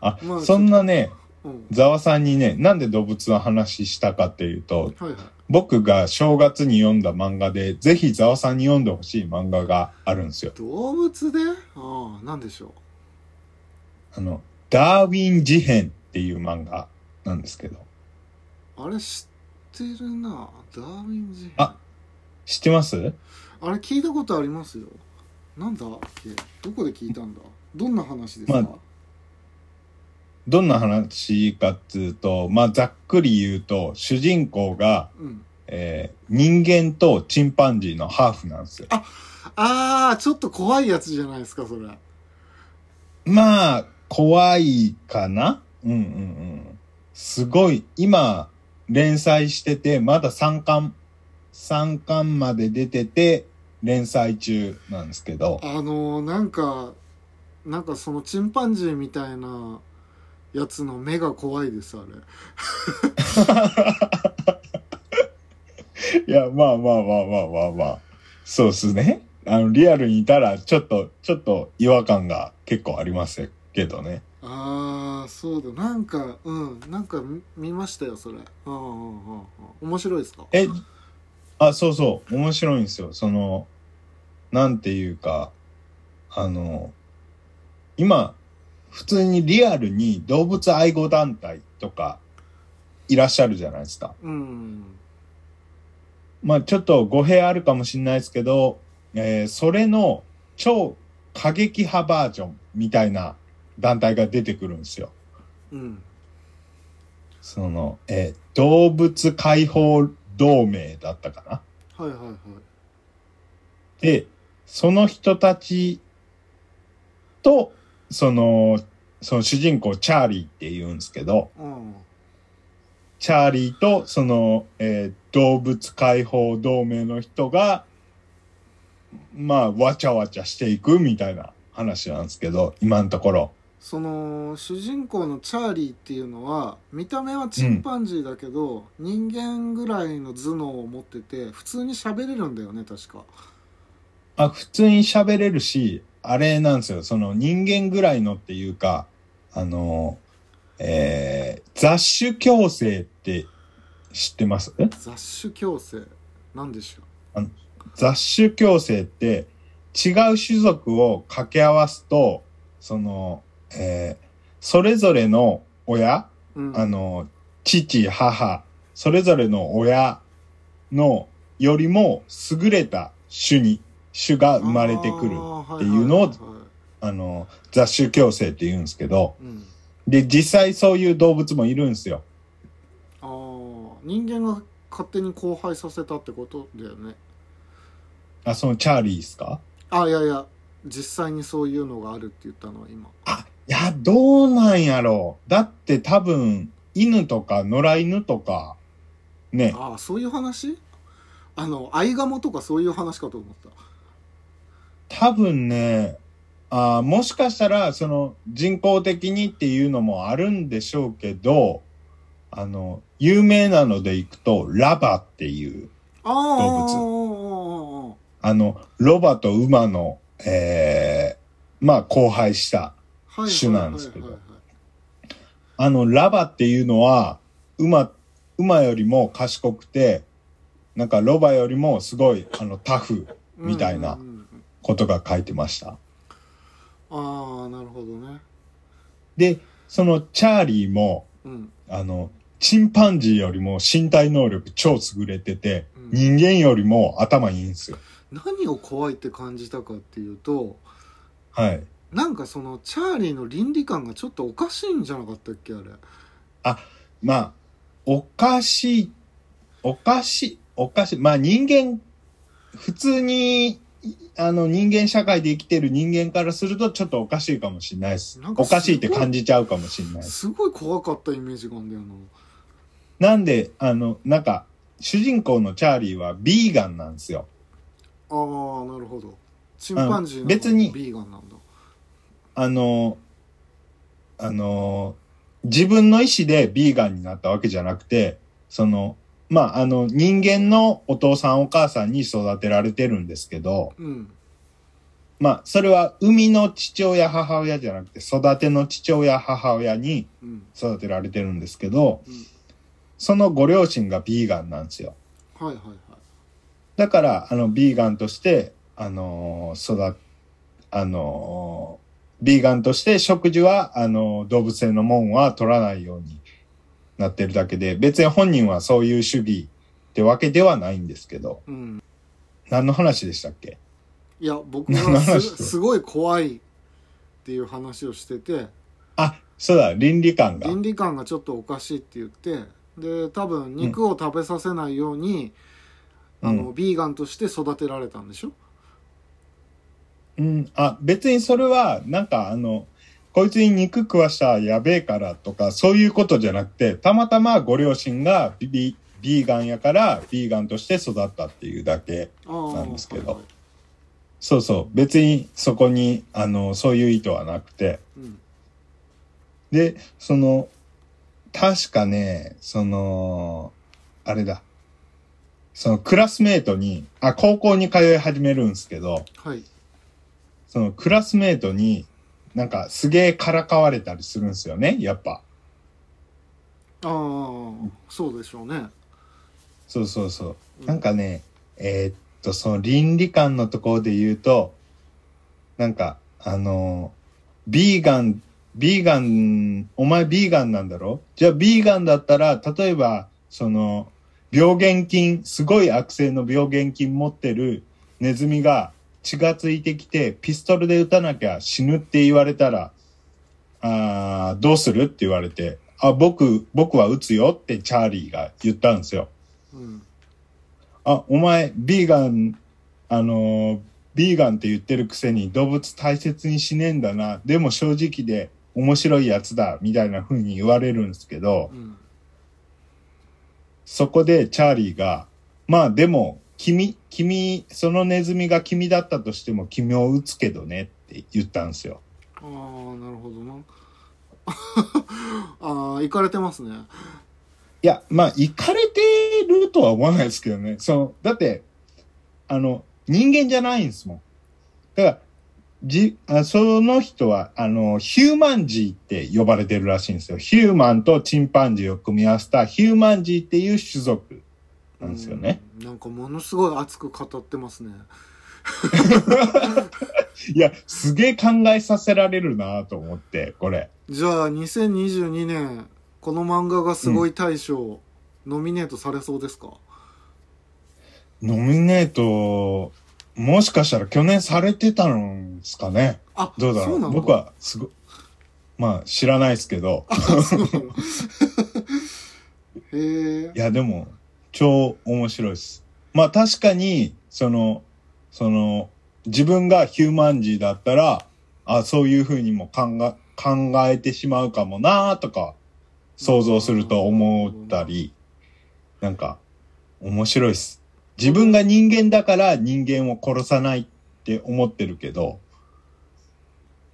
Speaker 2: あ、
Speaker 1: まあ
Speaker 2: そんなね、
Speaker 1: うん
Speaker 2: ざわさんにね、なんで動物の話したかっていうと、
Speaker 1: はいはい
Speaker 2: 僕が正月に読んだ漫画で、ぜひざわさんに読んでほしい漫画があるんですよ。
Speaker 1: 動物でああなんでしょ
Speaker 2: あの、ダーウィン事変っていう漫画なんですけ
Speaker 1: う
Speaker 2: ど。
Speaker 1: あれ知ってるなダーウィン事変
Speaker 2: あ知ってます
Speaker 1: あれ聞いたことありますよなんだっけどこで聞いたんだどんな話ですか、
Speaker 2: まどんな話かっていうと、まあ、ざっくり言うと、主人公が、
Speaker 1: うん
Speaker 2: えー人間とチンパンジーのハーフなんですよ。
Speaker 1: ああちょっと怖いやつじゃないですかそれ
Speaker 2: まあ、怖いかなうんうんうん。すごい、今、連載してて、まだ3巻、3巻まで出てて、連載中なんですけど、
Speaker 1: あのーなんかなんかそのチンパンジーみたいなやつの目が怖いですあれ
Speaker 2: いや、まあまあまあまあまあまあ。そうですね。あの、リアルにいたら、ちょっと、ちょっと違和感が結構ありますけどね。
Speaker 1: ああそうだなんかうんなんか見見ましたよそれうんうんうんうん面白いですか
Speaker 2: え、あ、そうそう、面白いんですよ。その、なんていうか、あの、今、普通にリアルに動物愛護団体とかいらっしゃるじゃないですか。
Speaker 1: うん
Speaker 2: まあちょっと語弊あるかもしれないですけど、えーそれの超過激派バージョンみたいな団体が出てくるんですよ。
Speaker 1: うん
Speaker 2: その、えー動物解放同盟だったかな。
Speaker 1: はいはいはい
Speaker 2: で、その人たちと、その、その主人公チャーリーって言うんですけど、
Speaker 1: うん
Speaker 2: チャーリーとその、えー動物解放同盟の人が、まあ、わちゃわちゃしていくみたいな話なんですけど、今のところ。
Speaker 1: その主人公のチャーリーっていうのは見た目はチンパンジーだけど、人間ぐらいの頭脳を持ってて普通に喋れるんだよね確か
Speaker 2: あ、普通に喋れるし、あれなんですよ、その人間ぐらいのっていうか、あの、えー雑種共生って知ってます
Speaker 1: 雑種共生なんでしょう
Speaker 2: 雑種共生って違う種族を掛け合わすと、その、えーそれぞれの親、
Speaker 1: うん、
Speaker 2: あの、父、母、それぞれの親のよりも優れた種に、種が生まれてくる、っていうのを
Speaker 1: あーはいはいはいは
Speaker 2: あの、雑種共生って言うんですけど、
Speaker 1: いうん
Speaker 2: で、実際そういう動物もいるんですよ。
Speaker 1: あー人間が勝手に交配させたってことだよね
Speaker 2: あ、そのチャーリーですか
Speaker 1: あいやいや実際にそういうのがあるって言ったのは今
Speaker 2: あ、いや、どうなんやろう。だって多分、犬とか野良犬とか、ね、
Speaker 1: ああそういう話あの合鴨とかそういう話かと思った
Speaker 2: 多分ね、あーもしかしたら、その人工的にっていうのもあるんでしょうけど、あの、有名なので行くと、ラバっていう、
Speaker 1: ああ
Speaker 2: 動物
Speaker 1: 物
Speaker 2: あの、ロバと馬の、えーまあ、交配した。
Speaker 1: はい
Speaker 2: 種なんですけど
Speaker 1: はいはい
Speaker 2: あの、ラバっていうのは、馬、馬よりも賢くて、なんかロバよりもすごい、あの、タフ
Speaker 1: はい
Speaker 2: みたいな
Speaker 1: うんうんうん
Speaker 2: ことが書いてました。
Speaker 1: ああなるほどね
Speaker 2: で、そのチャーリーも、
Speaker 1: うん
Speaker 2: あの、チンパンジーよりも身体能力超優れてて、
Speaker 1: うん
Speaker 2: 人間よりも頭いいんですよ。
Speaker 1: 何を怖いって感じたかっていうと
Speaker 2: はい。
Speaker 1: なんかそのチャーリーの倫理観がちょっとおかしいんじゃなかったっけあれ
Speaker 2: まあ、おかしい、おかしい、おかしい。まあ人間、普通に、あの人間社会で生きてる人間からするとちょっとおかしいかもしれないです
Speaker 1: なん。か
Speaker 2: お
Speaker 1: すごい
Speaker 2: かしいって感じちゃうかもしれないです。
Speaker 1: すごい怖かったイメージがあるんだよな
Speaker 2: なんで、あの、なんか、主人公のチャーリーはビーガンなんですよ。
Speaker 1: あーなるほどチンパンジーの
Speaker 2: うん別に
Speaker 1: ビーガンなんだ
Speaker 2: あの、あの、自分の意思でビーガンになったわけじゃなくて、その、まあ、あの、人間のお父さんお母さんに育てられてるんですけど、
Speaker 1: うん
Speaker 2: まあ、それは生みの父親母親じゃなくて、育ての父親母親に
Speaker 1: うん
Speaker 2: 育てられてるんですけど、
Speaker 1: うん
Speaker 2: そのご両親がビーガンなんですよ。
Speaker 1: はいはいはい
Speaker 2: だから、あの、ビーガンとして、あのー育っ、あのービーガンとして食事は、あのー動物性のもんは取らないようになってるだけで、別に本人はそういう主義ってわけではないんですけど、
Speaker 1: うん
Speaker 2: 何の話でしたっけ
Speaker 1: いや僕がすすごい怖いっていう話をしてて
Speaker 2: あ、そうだ、倫理観が。
Speaker 1: 倫理観がちょっとおかしいって言ってで多分肉を食べさせないように、あのビーガンとして育てられたんでしょ
Speaker 2: うん、あ、別にそれは、なんかあの、こいつに肉食わしたらやべえからとか、そういうことじゃなくて、たまたまご両親がビビビーガンやから、ビーガンとして育ったっていうだけ。
Speaker 1: あー
Speaker 2: なんですけど
Speaker 1: はいはい
Speaker 2: そうそう、別にそこに、あの、そういう意図はなくて。
Speaker 1: うん
Speaker 2: で、その、確かね、その、あれだ。そのクラスメートに、あ、高校に通い始めるんですけど、
Speaker 1: はい
Speaker 2: そのクラスメートに、なんかすげえからかわれたりするんですよね、やっぱ。
Speaker 1: ああそうでしょうね
Speaker 2: そうそうそうう。
Speaker 1: ん
Speaker 2: なんかね、えーっと、その倫理観のところで言うと、なんか、あのー、ビーガン、ビーガン、お前ビーガンなんだろじゃあビーガンだったら、例えば、その、病原菌、すごい悪性の病原菌持ってるネズミが血がついてきて、ピストルで撃たなきゃ死ぬって言われたら、あーどうするって言われて、あ、僕、僕は撃つよってチャーリーが言ったんですよ。
Speaker 1: うん
Speaker 2: あ、お前、ビーガン、あのービーガンって言ってるくせに動物大切にしねえんだな。でも正直で面白いやつだ、みたいな風に言われるんですけど
Speaker 1: う、ん
Speaker 2: そこでチャーリーが、まあでも、君、君、そのネズミが君だったとしても君を撃つけどねって言ったんですよ。
Speaker 1: ああなるほどな ああ行かれてますね
Speaker 2: いや、まあ、行かれてるとは思わないですけどね。その、だって、あの、人間じゃないんですもん。だから、じ、あその人は、あの、ヒューマンジーって呼ばれてるらしいんですよ。ヒューマンとチンパンジーを組み合わせたヒューマンジーっていう種族なんですよね。
Speaker 1: うんなんかものすごい熱く語ってますね
Speaker 2: いや、すげえ考えさせられるなと思って、これ。
Speaker 1: じゃあ2022年この漫画がすごい大賞、ノミネートされそうですか
Speaker 2: ノミネート、もしかしたら去年されてたんですかね。
Speaker 1: あ
Speaker 2: どうだろ
Speaker 1: そうなの
Speaker 2: 僕は、すご、まあ、知らないですけど。
Speaker 1: そうなのへ
Speaker 2: い
Speaker 1: え
Speaker 2: や、でも、超面白いです。まあ確かに、その、その、自分がヒューマンジーだったら、あそういうふうにも考え、考えてしまうかもなとか、想像すると思ったり、なんか、面白いです。自分が人間だから人間を殺さないって思ってるけど、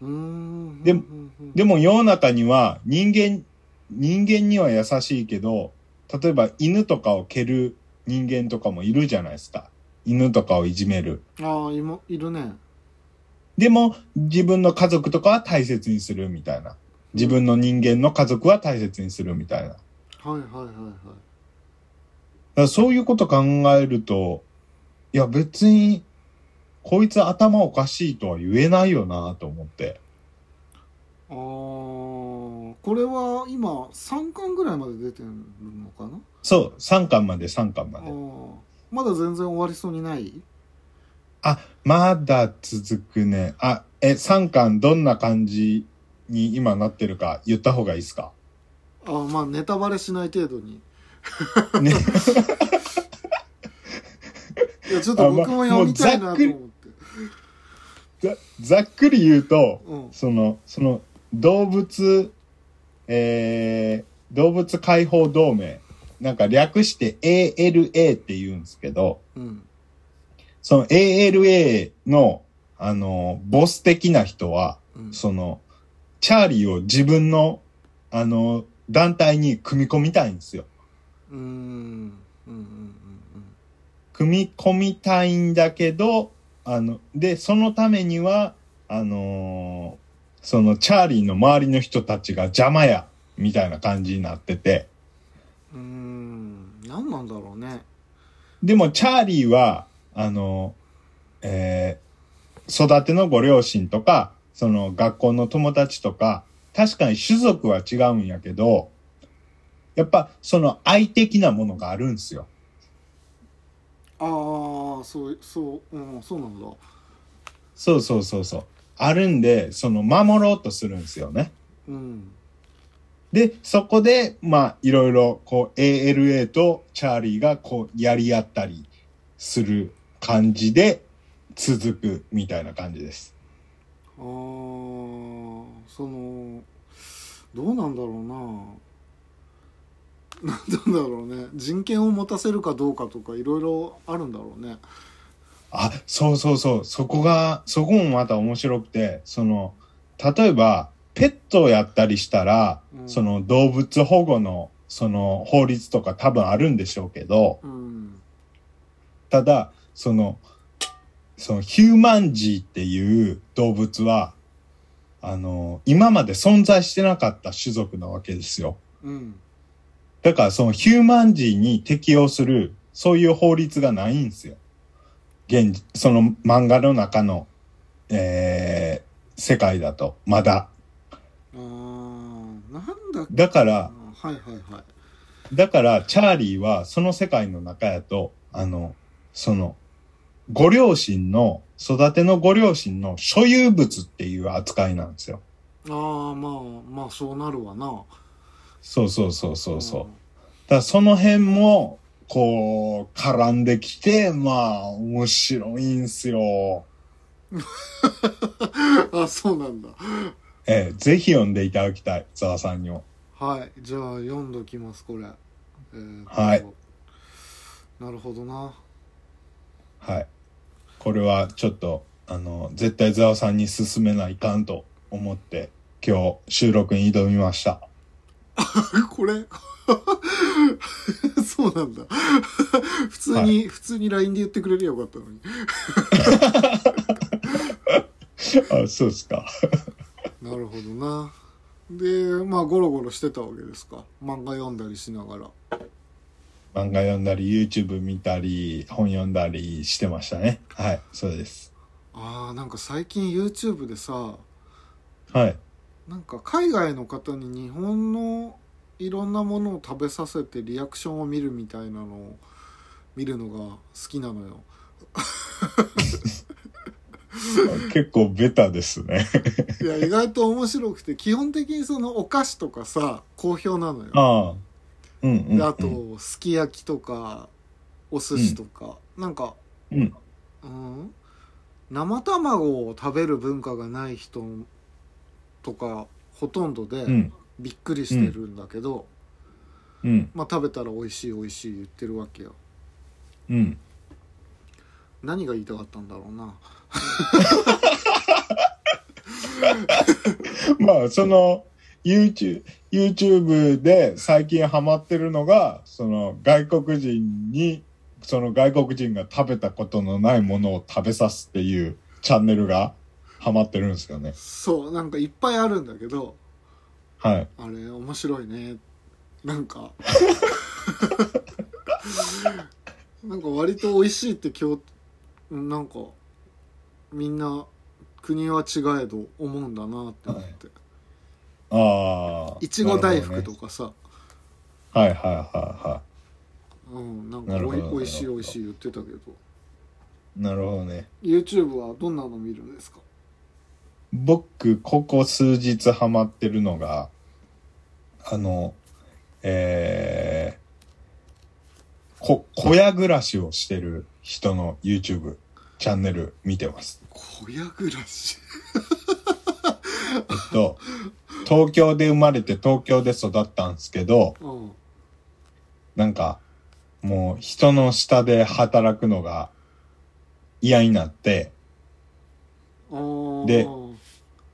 Speaker 1: うーん
Speaker 2: で
Speaker 1: も
Speaker 2: でも世の中には人間、人間には優しいけど、例えば犬とかを蹴る人間とかもいるじゃないですか。犬とかをいじめる。
Speaker 1: ああいもいるね
Speaker 2: でも自分の家族とかは大切にするみたいな。自分の人間の家族は大切にするみたいな。だか
Speaker 1: はいはいはいはい
Speaker 2: らそういうこと考えると、いや別に、こいつ頭おかしいとは言えないよなと思って。
Speaker 1: ああーこれは今3巻ぐらいまで出てるのかな
Speaker 2: そう、3巻まで3巻ま
Speaker 1: あ
Speaker 2: で。
Speaker 1: ーまだ全然終わりそうにない
Speaker 2: あ、まだ続くね。あ、え、3巻どんな感じに今なってるか言った方がいいですか
Speaker 1: あーまあネタバレしない程度に
Speaker 2: ね。
Speaker 1: いやちょっと僕も読みたい
Speaker 2: あま
Speaker 1: な
Speaker 2: あ
Speaker 1: と思って、
Speaker 2: ざざっくり言うと、
Speaker 1: うん
Speaker 2: その、その、動物、えー、動物解放同盟、なんか略して ALA って言うんですけど、
Speaker 1: うん
Speaker 2: その ALA の、あの、ボス的な人は、
Speaker 1: うん
Speaker 2: その、チャーリーを自分の、あの、団体に組み込みたいんですよ。
Speaker 1: うーんうんうんうん
Speaker 2: 組み込みたいんだけど、あの、で、そのためには、あのーそのチャーリーの周りの人たちが邪魔や、みたいな感じになってて、
Speaker 1: うんうーん何なんだろうね
Speaker 2: でもチャーリーは、あのーえー育てのご両親とか、その学校の友達とか、確かに種族は違うんやけど、やっぱその愛的なものがあるんですよ。
Speaker 1: ああそうそううんそうなんだ
Speaker 2: そうそうそうそう。あるんで、その守ろうとするんですよね。
Speaker 1: うん
Speaker 2: で、そこで、まあ、いろいろ、こう、ALA とチャーリーが、こう、やり合ったりする感じで、続くみたいな感じです。
Speaker 1: あーそのどうなんだろうななん だろうね人権を持たせるかどうかとかいろいろあるんだろうね
Speaker 2: あ、そうそうそう、そこが、そこもまた面白くて、その、例えば、ペットをやったりしたら、
Speaker 1: うん
Speaker 2: その動物保護の、その法律とか多分あるんでしょうけど、
Speaker 1: うん
Speaker 2: ただ、その、そのヒューマンジーっていう動物は、あの、今まで存在してなかった種族なわけですよ。
Speaker 1: うん
Speaker 2: だからそのヒューマンジーに適用する、そういう法律がないんですよ。現、その漫画の中の、えー、世界だと、まだ。
Speaker 1: あーなんだっけ
Speaker 2: だから、
Speaker 1: はいはいはい
Speaker 2: だから、チャーリーは、その世界の中やと、あの、その、ご両親の、育てのご両親の所有物っていう扱いなんですよ。
Speaker 1: ああまあまあそうなるわな
Speaker 2: そうそうそうそうそう。だからその辺も、こう、絡んできて、まあ、面白いんすよ。
Speaker 1: うんあそうなんだ
Speaker 2: ええ、ぜひ読んでいただきたい、ザワさんにも。
Speaker 1: はいじゃあ読んどきますこれ、えーと
Speaker 2: はい
Speaker 1: なるほどな
Speaker 2: はい。これは、ちょっと、あの、絶対ザワさんに勧めないかんと思って、今日、収録に挑みました。
Speaker 1: これ そうなんだ普通に、
Speaker 2: は
Speaker 1: 普通に LINE で言ってくれりゃよかったのに
Speaker 2: あ、そうですか。
Speaker 1: なるほどなでまあゴロゴロしてたわけですか漫画読んだりしながら
Speaker 2: 漫画読んだり YouTube 見たり本読んだりしてましたねはいそうです
Speaker 1: あーなんか最近 YouTube でさ
Speaker 2: はい
Speaker 1: なんか海外の方に日本のいろんなものを食べさせてリアクションを見るみたいなのを見るのが好きなのよ
Speaker 2: 結構ベタですね
Speaker 1: いや意外と面白くて基本的にそのお菓子とかさ好評なのよ
Speaker 2: ああうんうん、うん、
Speaker 1: であとすき焼きとかお寿司とか、なんか、
Speaker 2: うん
Speaker 1: うん生卵を食べる文化がない人とかほとんど
Speaker 2: う
Speaker 1: で
Speaker 2: ん
Speaker 1: びっくりしてるんだけど、
Speaker 2: うん
Speaker 1: まあ食べたら美味しい美味しい言ってるわけよ
Speaker 2: うん
Speaker 1: 何が言いたかったんだろうな
Speaker 2: まあその YouTube, YouTube で最近ハマってるのがその外国人にその外国人が食べたことのないものを食べさすっていうチャンネルがハマってるんですよね
Speaker 1: そうなんかいっぱいあるんだけど
Speaker 2: はい
Speaker 1: あれ面白いねなんか なんか割と美味しいって今日なんかみんな国は違えど思うんだなって思って、
Speaker 2: ああ。
Speaker 1: いちご大福
Speaker 2: なる
Speaker 1: とかさ、
Speaker 2: ほどねはいはいはい
Speaker 1: う
Speaker 2: は
Speaker 1: んなんか
Speaker 2: なる
Speaker 1: お
Speaker 2: ほ
Speaker 1: い
Speaker 2: ど
Speaker 1: おいしい
Speaker 2: なるほど
Speaker 1: おいしい言ってたけど
Speaker 2: い。なるほどね。
Speaker 1: YouTube はどんなの見るんですか
Speaker 2: 僕、ここ数日ハマってるのが、あの、えー、こ、小屋暮らしをしてる人の YouTube チャンネル見てます。
Speaker 1: 小屋暮らし
Speaker 2: えっと、東京で生まれて東京で育ったんですけど、
Speaker 1: うん
Speaker 2: なんか、もう人の下で働くのが嫌になって、
Speaker 1: あー
Speaker 2: で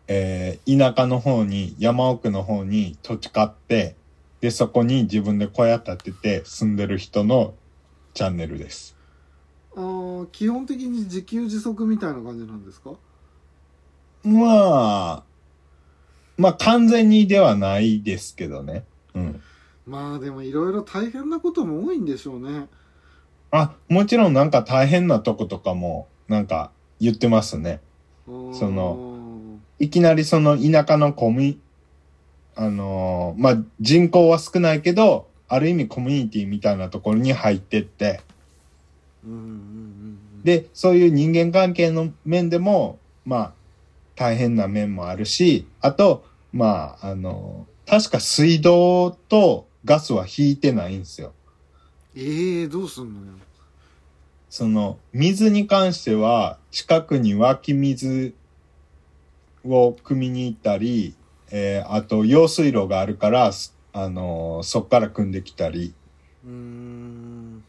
Speaker 2: えー田舎の方に、山奥の方に土地買って、で、そこに自分で小屋建てて住んでる人のチャンネルです。
Speaker 1: あー基本的に自給自足みたいな感じなんですか
Speaker 2: まあ、まあ完全にではないですけどね。うん。
Speaker 1: まあでもいろいろ大変なことも多いんでしょうね
Speaker 2: あ、もちろんなんか大変なとことかも、なんか言ってますね。
Speaker 1: そ
Speaker 2: そいきなりその田舎のコミ、あのーまあ、人口は少ないけど、ある意味コミュニティみたいなところに入ってって、
Speaker 1: うんうんうん
Speaker 2: で、そういう人間関係の面でも、まあ、大変な面もあるし、あと、まあ、あのー確か水道とガスは引いてないんですよ。
Speaker 1: ええどうすんのよ
Speaker 2: その、水に関しては、近くに湧き水を汲みに行ったり、えーあと、用水路があるから、すあのーそっから汲んできたり。
Speaker 1: うーんうんうん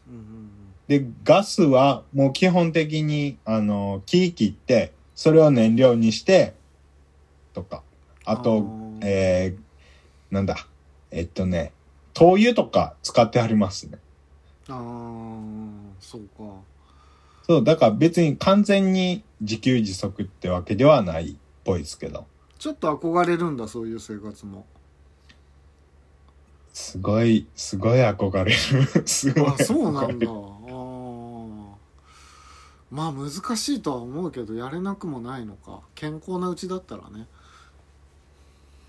Speaker 2: で、ガスは、もう基本的に、あのー木切って、それを燃料にして、とか。あと、
Speaker 1: ー
Speaker 2: えーなんだ、えっとね、灯油とか使ってありますね。
Speaker 1: あーそうか
Speaker 2: そう、だから別に完全に自給自足ってわけではないっぽいですけど。
Speaker 1: ちょっと憧れるんだそういう生活も
Speaker 2: すごい、すごい憧れる。 すごい憧れ
Speaker 1: あ
Speaker 2: る。
Speaker 1: そうなん だあーまあ難しいとは思うけどやれなくもないのか健康なうちだったらね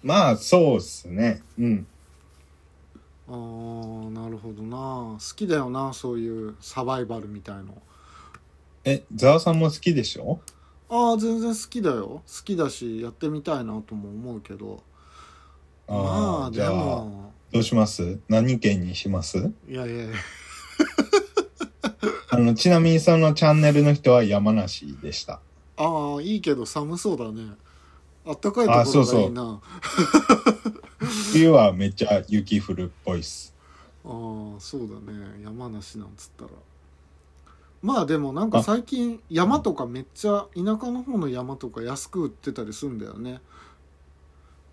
Speaker 2: まあ、そうっすね。うん。
Speaker 1: あーなるほどな好きだよなそういうサバイバルみたいの
Speaker 2: え、ザワさんも好きでしょ
Speaker 1: ああ全然好きだよ好きだしやってみたいなとも思うけどまあ
Speaker 2: ー
Speaker 1: で、も
Speaker 2: どうします何県にします
Speaker 1: いやいやいや
Speaker 2: あの、ちなみにそのチャンネルの人は山梨でした。
Speaker 1: ああいいけど寒そうだねあったかいと
Speaker 2: あ
Speaker 1: こ
Speaker 2: そ
Speaker 1: ろが
Speaker 2: うそう
Speaker 1: いいな
Speaker 2: 冬はめっちゃ雪降るっぽいっす。
Speaker 1: ああそうだね山梨なんつったらまあでもなんか最近山とかめっちゃ田舎の方の山とか安く売ってたりするんだよね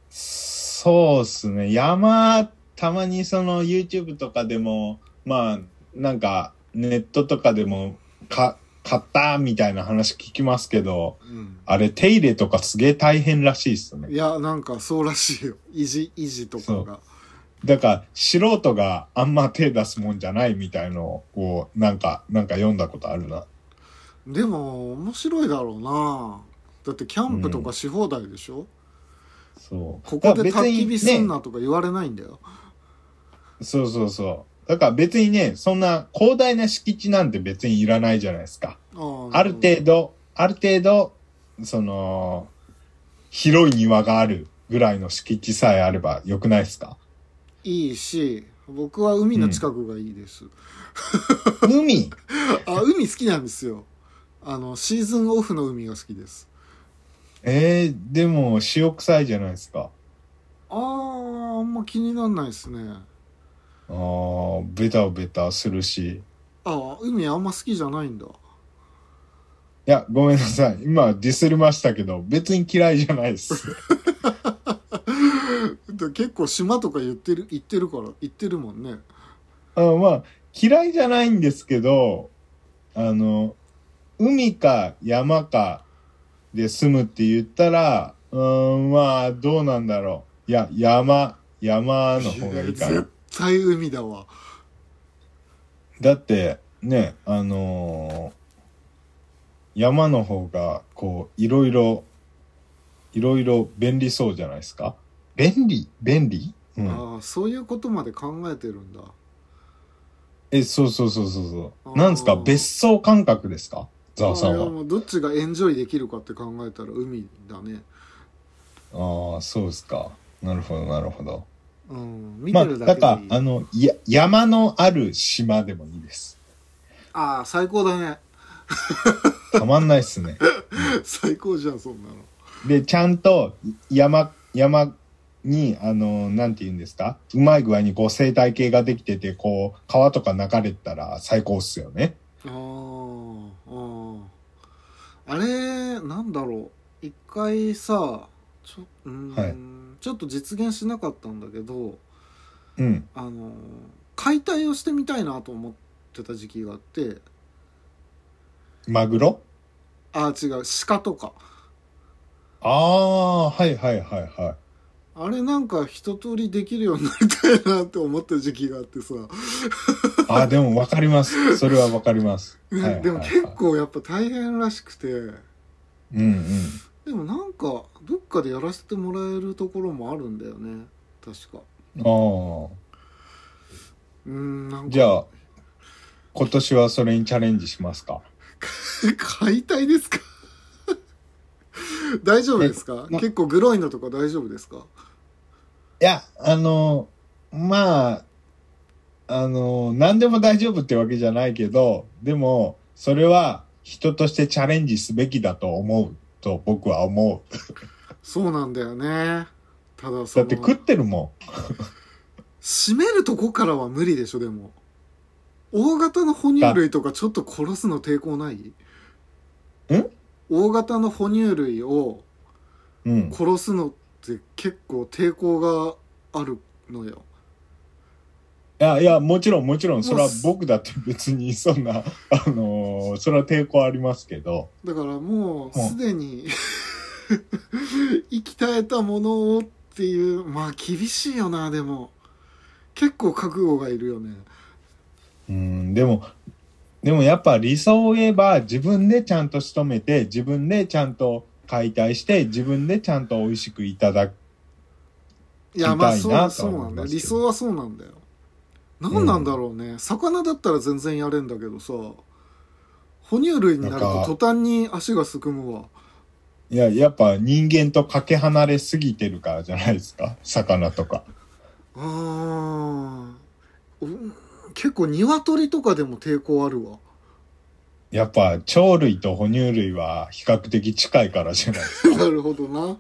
Speaker 2: そうっすね。山、たまにその YouTube とかでも、まあ、なんか、ネットとかでも、か、買ったみたいな話聞きますけど、
Speaker 1: うん
Speaker 2: あれ、手入れとかすげえ大変らしいっす
Speaker 1: い
Speaker 2: ね。
Speaker 1: やなんかそうらしいよ維持維持とかが
Speaker 2: だから、素人があんま手出すもんじゃないみたいのを、なんか、なんか読んだことあるな。
Speaker 1: でも面白いだろうなだってキャンプとかし放題でしょ、
Speaker 2: そう。
Speaker 1: ここで
Speaker 2: だから
Speaker 1: 焚
Speaker 2: 別に
Speaker 1: き火すん
Speaker 2: ね。
Speaker 1: なとか言われないんだよ、
Speaker 2: そうそうそう。だから別にね、そんな広大な敷地なんて別にいらないじゃないですか。
Speaker 1: あ
Speaker 2: ある程度、ある程度、その、広い庭があるぐらいの敷地さえあればよくないですか
Speaker 1: いいし僕は海の近くがいいです、
Speaker 2: 海
Speaker 1: あ海好きなんですよあのシーズンオフの海が好きです
Speaker 2: えー、でも塩臭いじゃないですか。
Speaker 1: あーあんま気になんないですね
Speaker 2: あーベタベタするし。
Speaker 1: ああ海あんま好きじゃないんだ
Speaker 2: いや、ごめんなさい。今ディスりましたけど、別に嫌いじゃないです。
Speaker 1: で結構島とか言ってる行ってるから行ってるもんね
Speaker 2: あまあ、嫌いじゃないんですけど、あの、海か山かで住むって言ったら、うーん、まあ、どうなんだろう。いや、山、山の方がいいか
Speaker 1: いや
Speaker 2: な
Speaker 1: 絶。対海だわ
Speaker 2: だって、ね、あのー山の方が、こう、いろいろ、いろいろ便利そうじゃないですか。便利便利、うん、
Speaker 1: ああそういうことまで考えてるんだ
Speaker 2: えそうそうそうそうそ
Speaker 1: あ
Speaker 2: う
Speaker 1: ー
Speaker 2: なんですか別荘感覚ですかザ
Speaker 1: あ
Speaker 2: オさ
Speaker 1: あい
Speaker 2: ん
Speaker 1: や
Speaker 2: は
Speaker 1: もうどっちがエンジョイできるかって考えたら海だね
Speaker 2: ああそうですかなるほどなるほど
Speaker 1: うん見
Speaker 2: ま
Speaker 1: て
Speaker 2: あ
Speaker 1: るだ
Speaker 2: だ
Speaker 1: けでいい、
Speaker 2: からあのや山のある島でもいいです
Speaker 1: ああ最高だね
Speaker 2: たまんないっすね
Speaker 1: 最高じゃんそんなの
Speaker 2: でちゃんと山山にあのなんて言うんですかうまい具合にこう生態系ができててこう川とか流れてたら最高っすよね
Speaker 1: あーあーあれなんだろう一回さちょ,、うーん
Speaker 2: はい
Speaker 1: ちょっと実現しなかったんだけど
Speaker 2: うん
Speaker 1: あのー解体をしてみたいなと思ってた時期があって
Speaker 2: マグロ
Speaker 1: ああ違う鹿とか
Speaker 2: ああーはいはいはいはい
Speaker 1: あれなんか一通りできるようになりたいなって思った時期があってさ、
Speaker 2: あーでもわかりますそれはわかります、はいはいはい、
Speaker 1: でも結構やっぱ大変らしくて
Speaker 2: うんうん
Speaker 1: でもなんかどっかでやらせてもらえるところもあるんだよね確か
Speaker 2: あ
Speaker 1: うーんなん
Speaker 2: あ、
Speaker 1: か
Speaker 2: じゃあ、今年はそれにチャレンジしますか。
Speaker 1: 解体ですか 大丈夫ですか
Speaker 2: えな
Speaker 1: 結構グロいのとか大丈夫ですか
Speaker 2: いや、あの、まあ、あの、何でも大丈夫ってわけじゃないけど、でも、それは人としてチャレンジすべきだと思うと僕は思う。
Speaker 1: そうなんだよねただそ
Speaker 2: だ
Speaker 1: の
Speaker 2: って食ってるも
Speaker 1: 閉めるとこからは無理でしょでも大型の哺乳類とかちょっと殺すの抵抗ないん大型の哺乳類を
Speaker 2: ん。うん。
Speaker 1: 殺すのって結構抵抗があるのよ
Speaker 2: いや、いや、もちろんもちろん、それは
Speaker 1: もうす
Speaker 2: 僕だって別にそんな、あの、それは抵抗ありますけど、
Speaker 1: だからもう
Speaker 2: うん
Speaker 1: すでに生き絶えたものをっていうまあ厳しいよなでも結構覚悟がいるよね
Speaker 2: うん、でも、でもやっぱ理想を言えば自分でちゃんと仕留めて、自分でちゃんと解体して、自分でちゃんと美味しくいただく。
Speaker 1: いやまあ
Speaker 2: 痛い
Speaker 1: そ
Speaker 2: な
Speaker 1: うそうなんだ
Speaker 2: とは思いま
Speaker 1: よ
Speaker 2: すけど
Speaker 1: 理想はそうなんだよ何なんだろうね、魚だったら全然やれんだけどさ哺乳類になる
Speaker 2: なん
Speaker 1: と
Speaker 2: か
Speaker 1: 途端に足がすくむわ
Speaker 2: いや、やっぱ人間とかけ離れすぎてるからじゃないですか。魚とか。
Speaker 1: あーうん結構鶏とかでも抵抗あるわ
Speaker 2: やっぱ鳥類と哺乳類は比較的近いからじゃないです か。
Speaker 1: なるほどな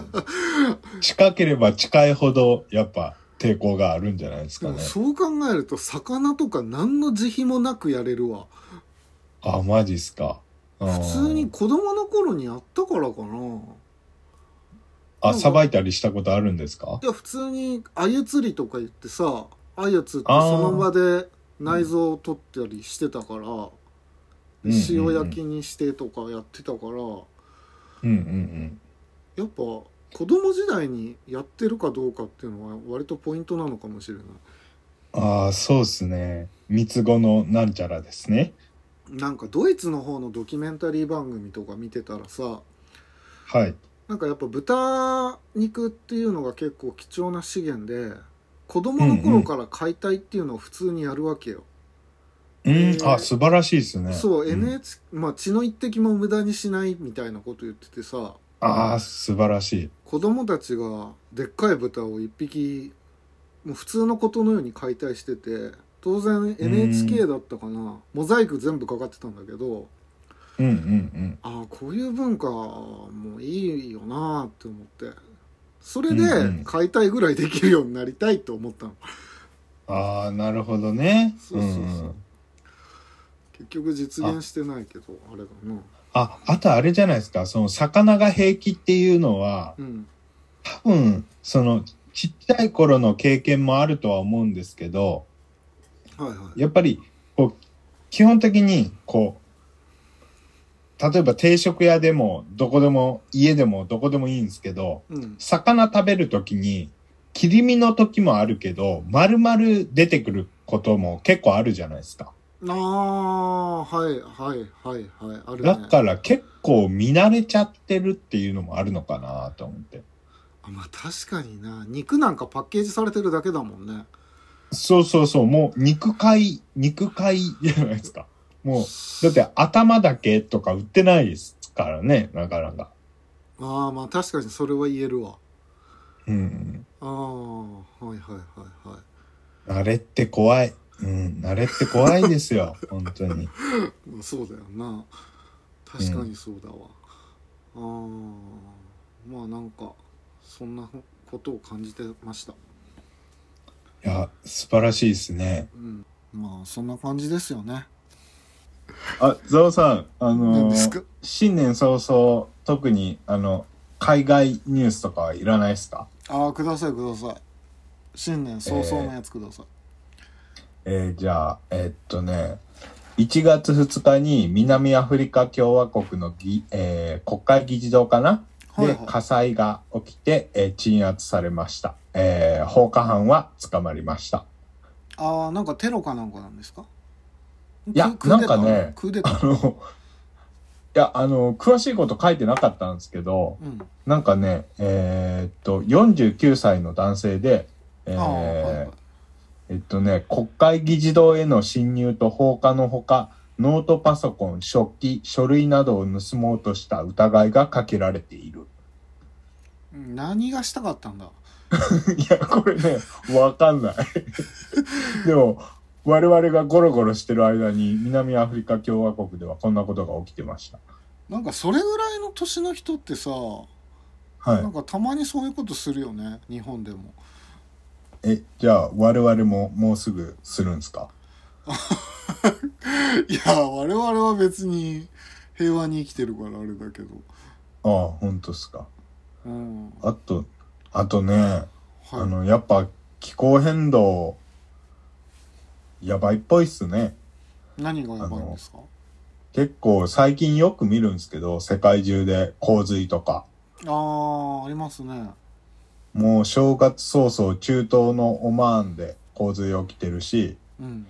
Speaker 2: 近ければ近いほどやっぱ抵抗があるんじゃないです
Speaker 1: で
Speaker 2: か
Speaker 1: も
Speaker 2: ね。
Speaker 1: そう考えると魚とか何の慈悲もなくやれるわ
Speaker 2: あ、マジっすか。普
Speaker 1: 普通に。子供の頃にやったからかな
Speaker 2: あ、さばいたりしたことあるんですか
Speaker 1: いや普通に鮎釣りとか言ってさ鮎釣って
Speaker 2: あー
Speaker 1: その場で内臓を取ったりしてたから、
Speaker 2: うんうんうん
Speaker 1: 塩焼きにしてとかやってたから、
Speaker 2: うんうんうん。
Speaker 1: やっぱ子供時代にやってるかどうかっていうのは割とポイントなのかもしれない
Speaker 2: ああ、そうですね。三つ子のなんちゃらですね。
Speaker 1: なんかドイツの方のドキュメンタリー番組とか見てたらさ
Speaker 2: はい。
Speaker 1: なんかやっぱ豚肉っていうのが結構貴重な資源で子供の頃から解体っていうのを普通にやるわけよ、
Speaker 2: うん、
Speaker 1: えー
Speaker 2: あ、素晴らしいですね。
Speaker 1: そう、
Speaker 2: ん
Speaker 1: NH まあ血の一滴も無駄にしないみたいなこと言っててさ
Speaker 2: ああ、素晴らしい。
Speaker 1: 子供たちがでっかい豚を一匹もう普通のことのように解体してて当然 NHK だったかなモザイク全部かかってたんだけど
Speaker 2: うんうん
Speaker 1: ああこういう文化もいいよなって思ってそれ
Speaker 2: うんう
Speaker 1: で
Speaker 2: ん
Speaker 1: 解体ぐらいできるようになりたいと思ったの
Speaker 2: うん。ああ、なるほどね。
Speaker 1: そうそうそう
Speaker 2: うん
Speaker 1: 結局実現してないけどあれだな
Speaker 2: あ、あとあれじゃないですか。その魚が平気っていうのは、
Speaker 1: うん
Speaker 2: 多分、そのちっちゃい頃の経験もあるとは思うんですけど、
Speaker 1: はいはい
Speaker 2: やっぱり、こう、基本的に、こう、例えば定食屋でも、どこでも、家でも、どこでもいいんですけど、
Speaker 1: うん
Speaker 2: 魚食べるときに、切り身の時もあるけど、丸々出てくることも結構あるじゃないですか。
Speaker 1: ああはいはいはいはいあるね
Speaker 2: だから結構見慣れちゃってるっていうのもあるのかなと思って。
Speaker 1: あまあ確かにな肉なんかパッケージされてるだけだもんね
Speaker 2: そうそうそう、もう肉塊、肉塊 じゃないですか。もう、だって頭だけとか売ってないですからね、なかなか。
Speaker 1: ああまあ確かにそれは言えるわ
Speaker 2: うん。
Speaker 1: ああはいはいはいはい
Speaker 2: 慣れって怖い。うん、慣れって怖いですよ、本当に。
Speaker 1: まあそうだよな確かにそうだわ、ああまあなんかそんなことを感じてました
Speaker 2: いや、素晴らしいですね。
Speaker 1: うんまあそんな感じですよね
Speaker 2: あ、ザオさん、あ
Speaker 1: 何
Speaker 2: の
Speaker 1: ですか
Speaker 2: 新年早々、特に、あの、海外ニュースとかはいらないですか
Speaker 1: ああくださいください新年早々のやつください、
Speaker 2: えーじゃあ、えーっとね、1月2日に南アフリカ共和国の議、えー国会議事堂かな
Speaker 1: はい
Speaker 2: で
Speaker 1: はい、
Speaker 2: 火災が起きて、えー鎮圧されました。えー放火犯は捕まりました。
Speaker 1: ああなんかテロかなんかなんですか
Speaker 2: いや
Speaker 1: ククーデター
Speaker 2: なんかね
Speaker 1: クーデタ
Speaker 2: あ
Speaker 1: ー
Speaker 2: の、いや、あの、詳しいこと書いてなかったんですけど、
Speaker 1: うん
Speaker 2: なんかね、えーっと、49歳の男性で、えー
Speaker 1: ああ、はいはい
Speaker 2: えっとね、国会議事堂への侵入と放火のほか、ノートパソコン、食器、書類などを盗もうとした疑いがかけられている。
Speaker 1: うん何がしたかったんだ
Speaker 2: いや、これね、わかんない。 でも、我々がゴロゴロしてる間に、南アフリカ共和国ではこんなことが起きてました。
Speaker 1: なんかそれぐらいの年の人ってさな
Speaker 2: は
Speaker 1: んかたまにそういうことするよね日本でも
Speaker 2: い。え、じゃあ、我々ももうすぐするんですか
Speaker 1: いや我々は別に平和に生きてるからあれだけど
Speaker 2: ああ、本当ですか。
Speaker 1: うんはい
Speaker 2: あと、あとね、あの、やっぱ気候変動、やばいっぽいっすね。
Speaker 1: 何がやばいんですか
Speaker 2: 結構最近よく見るんですけど、世界中で洪水とか。
Speaker 1: ああーありますね
Speaker 2: もう正月早々中東のオマーンで洪水起きてるし、
Speaker 1: うん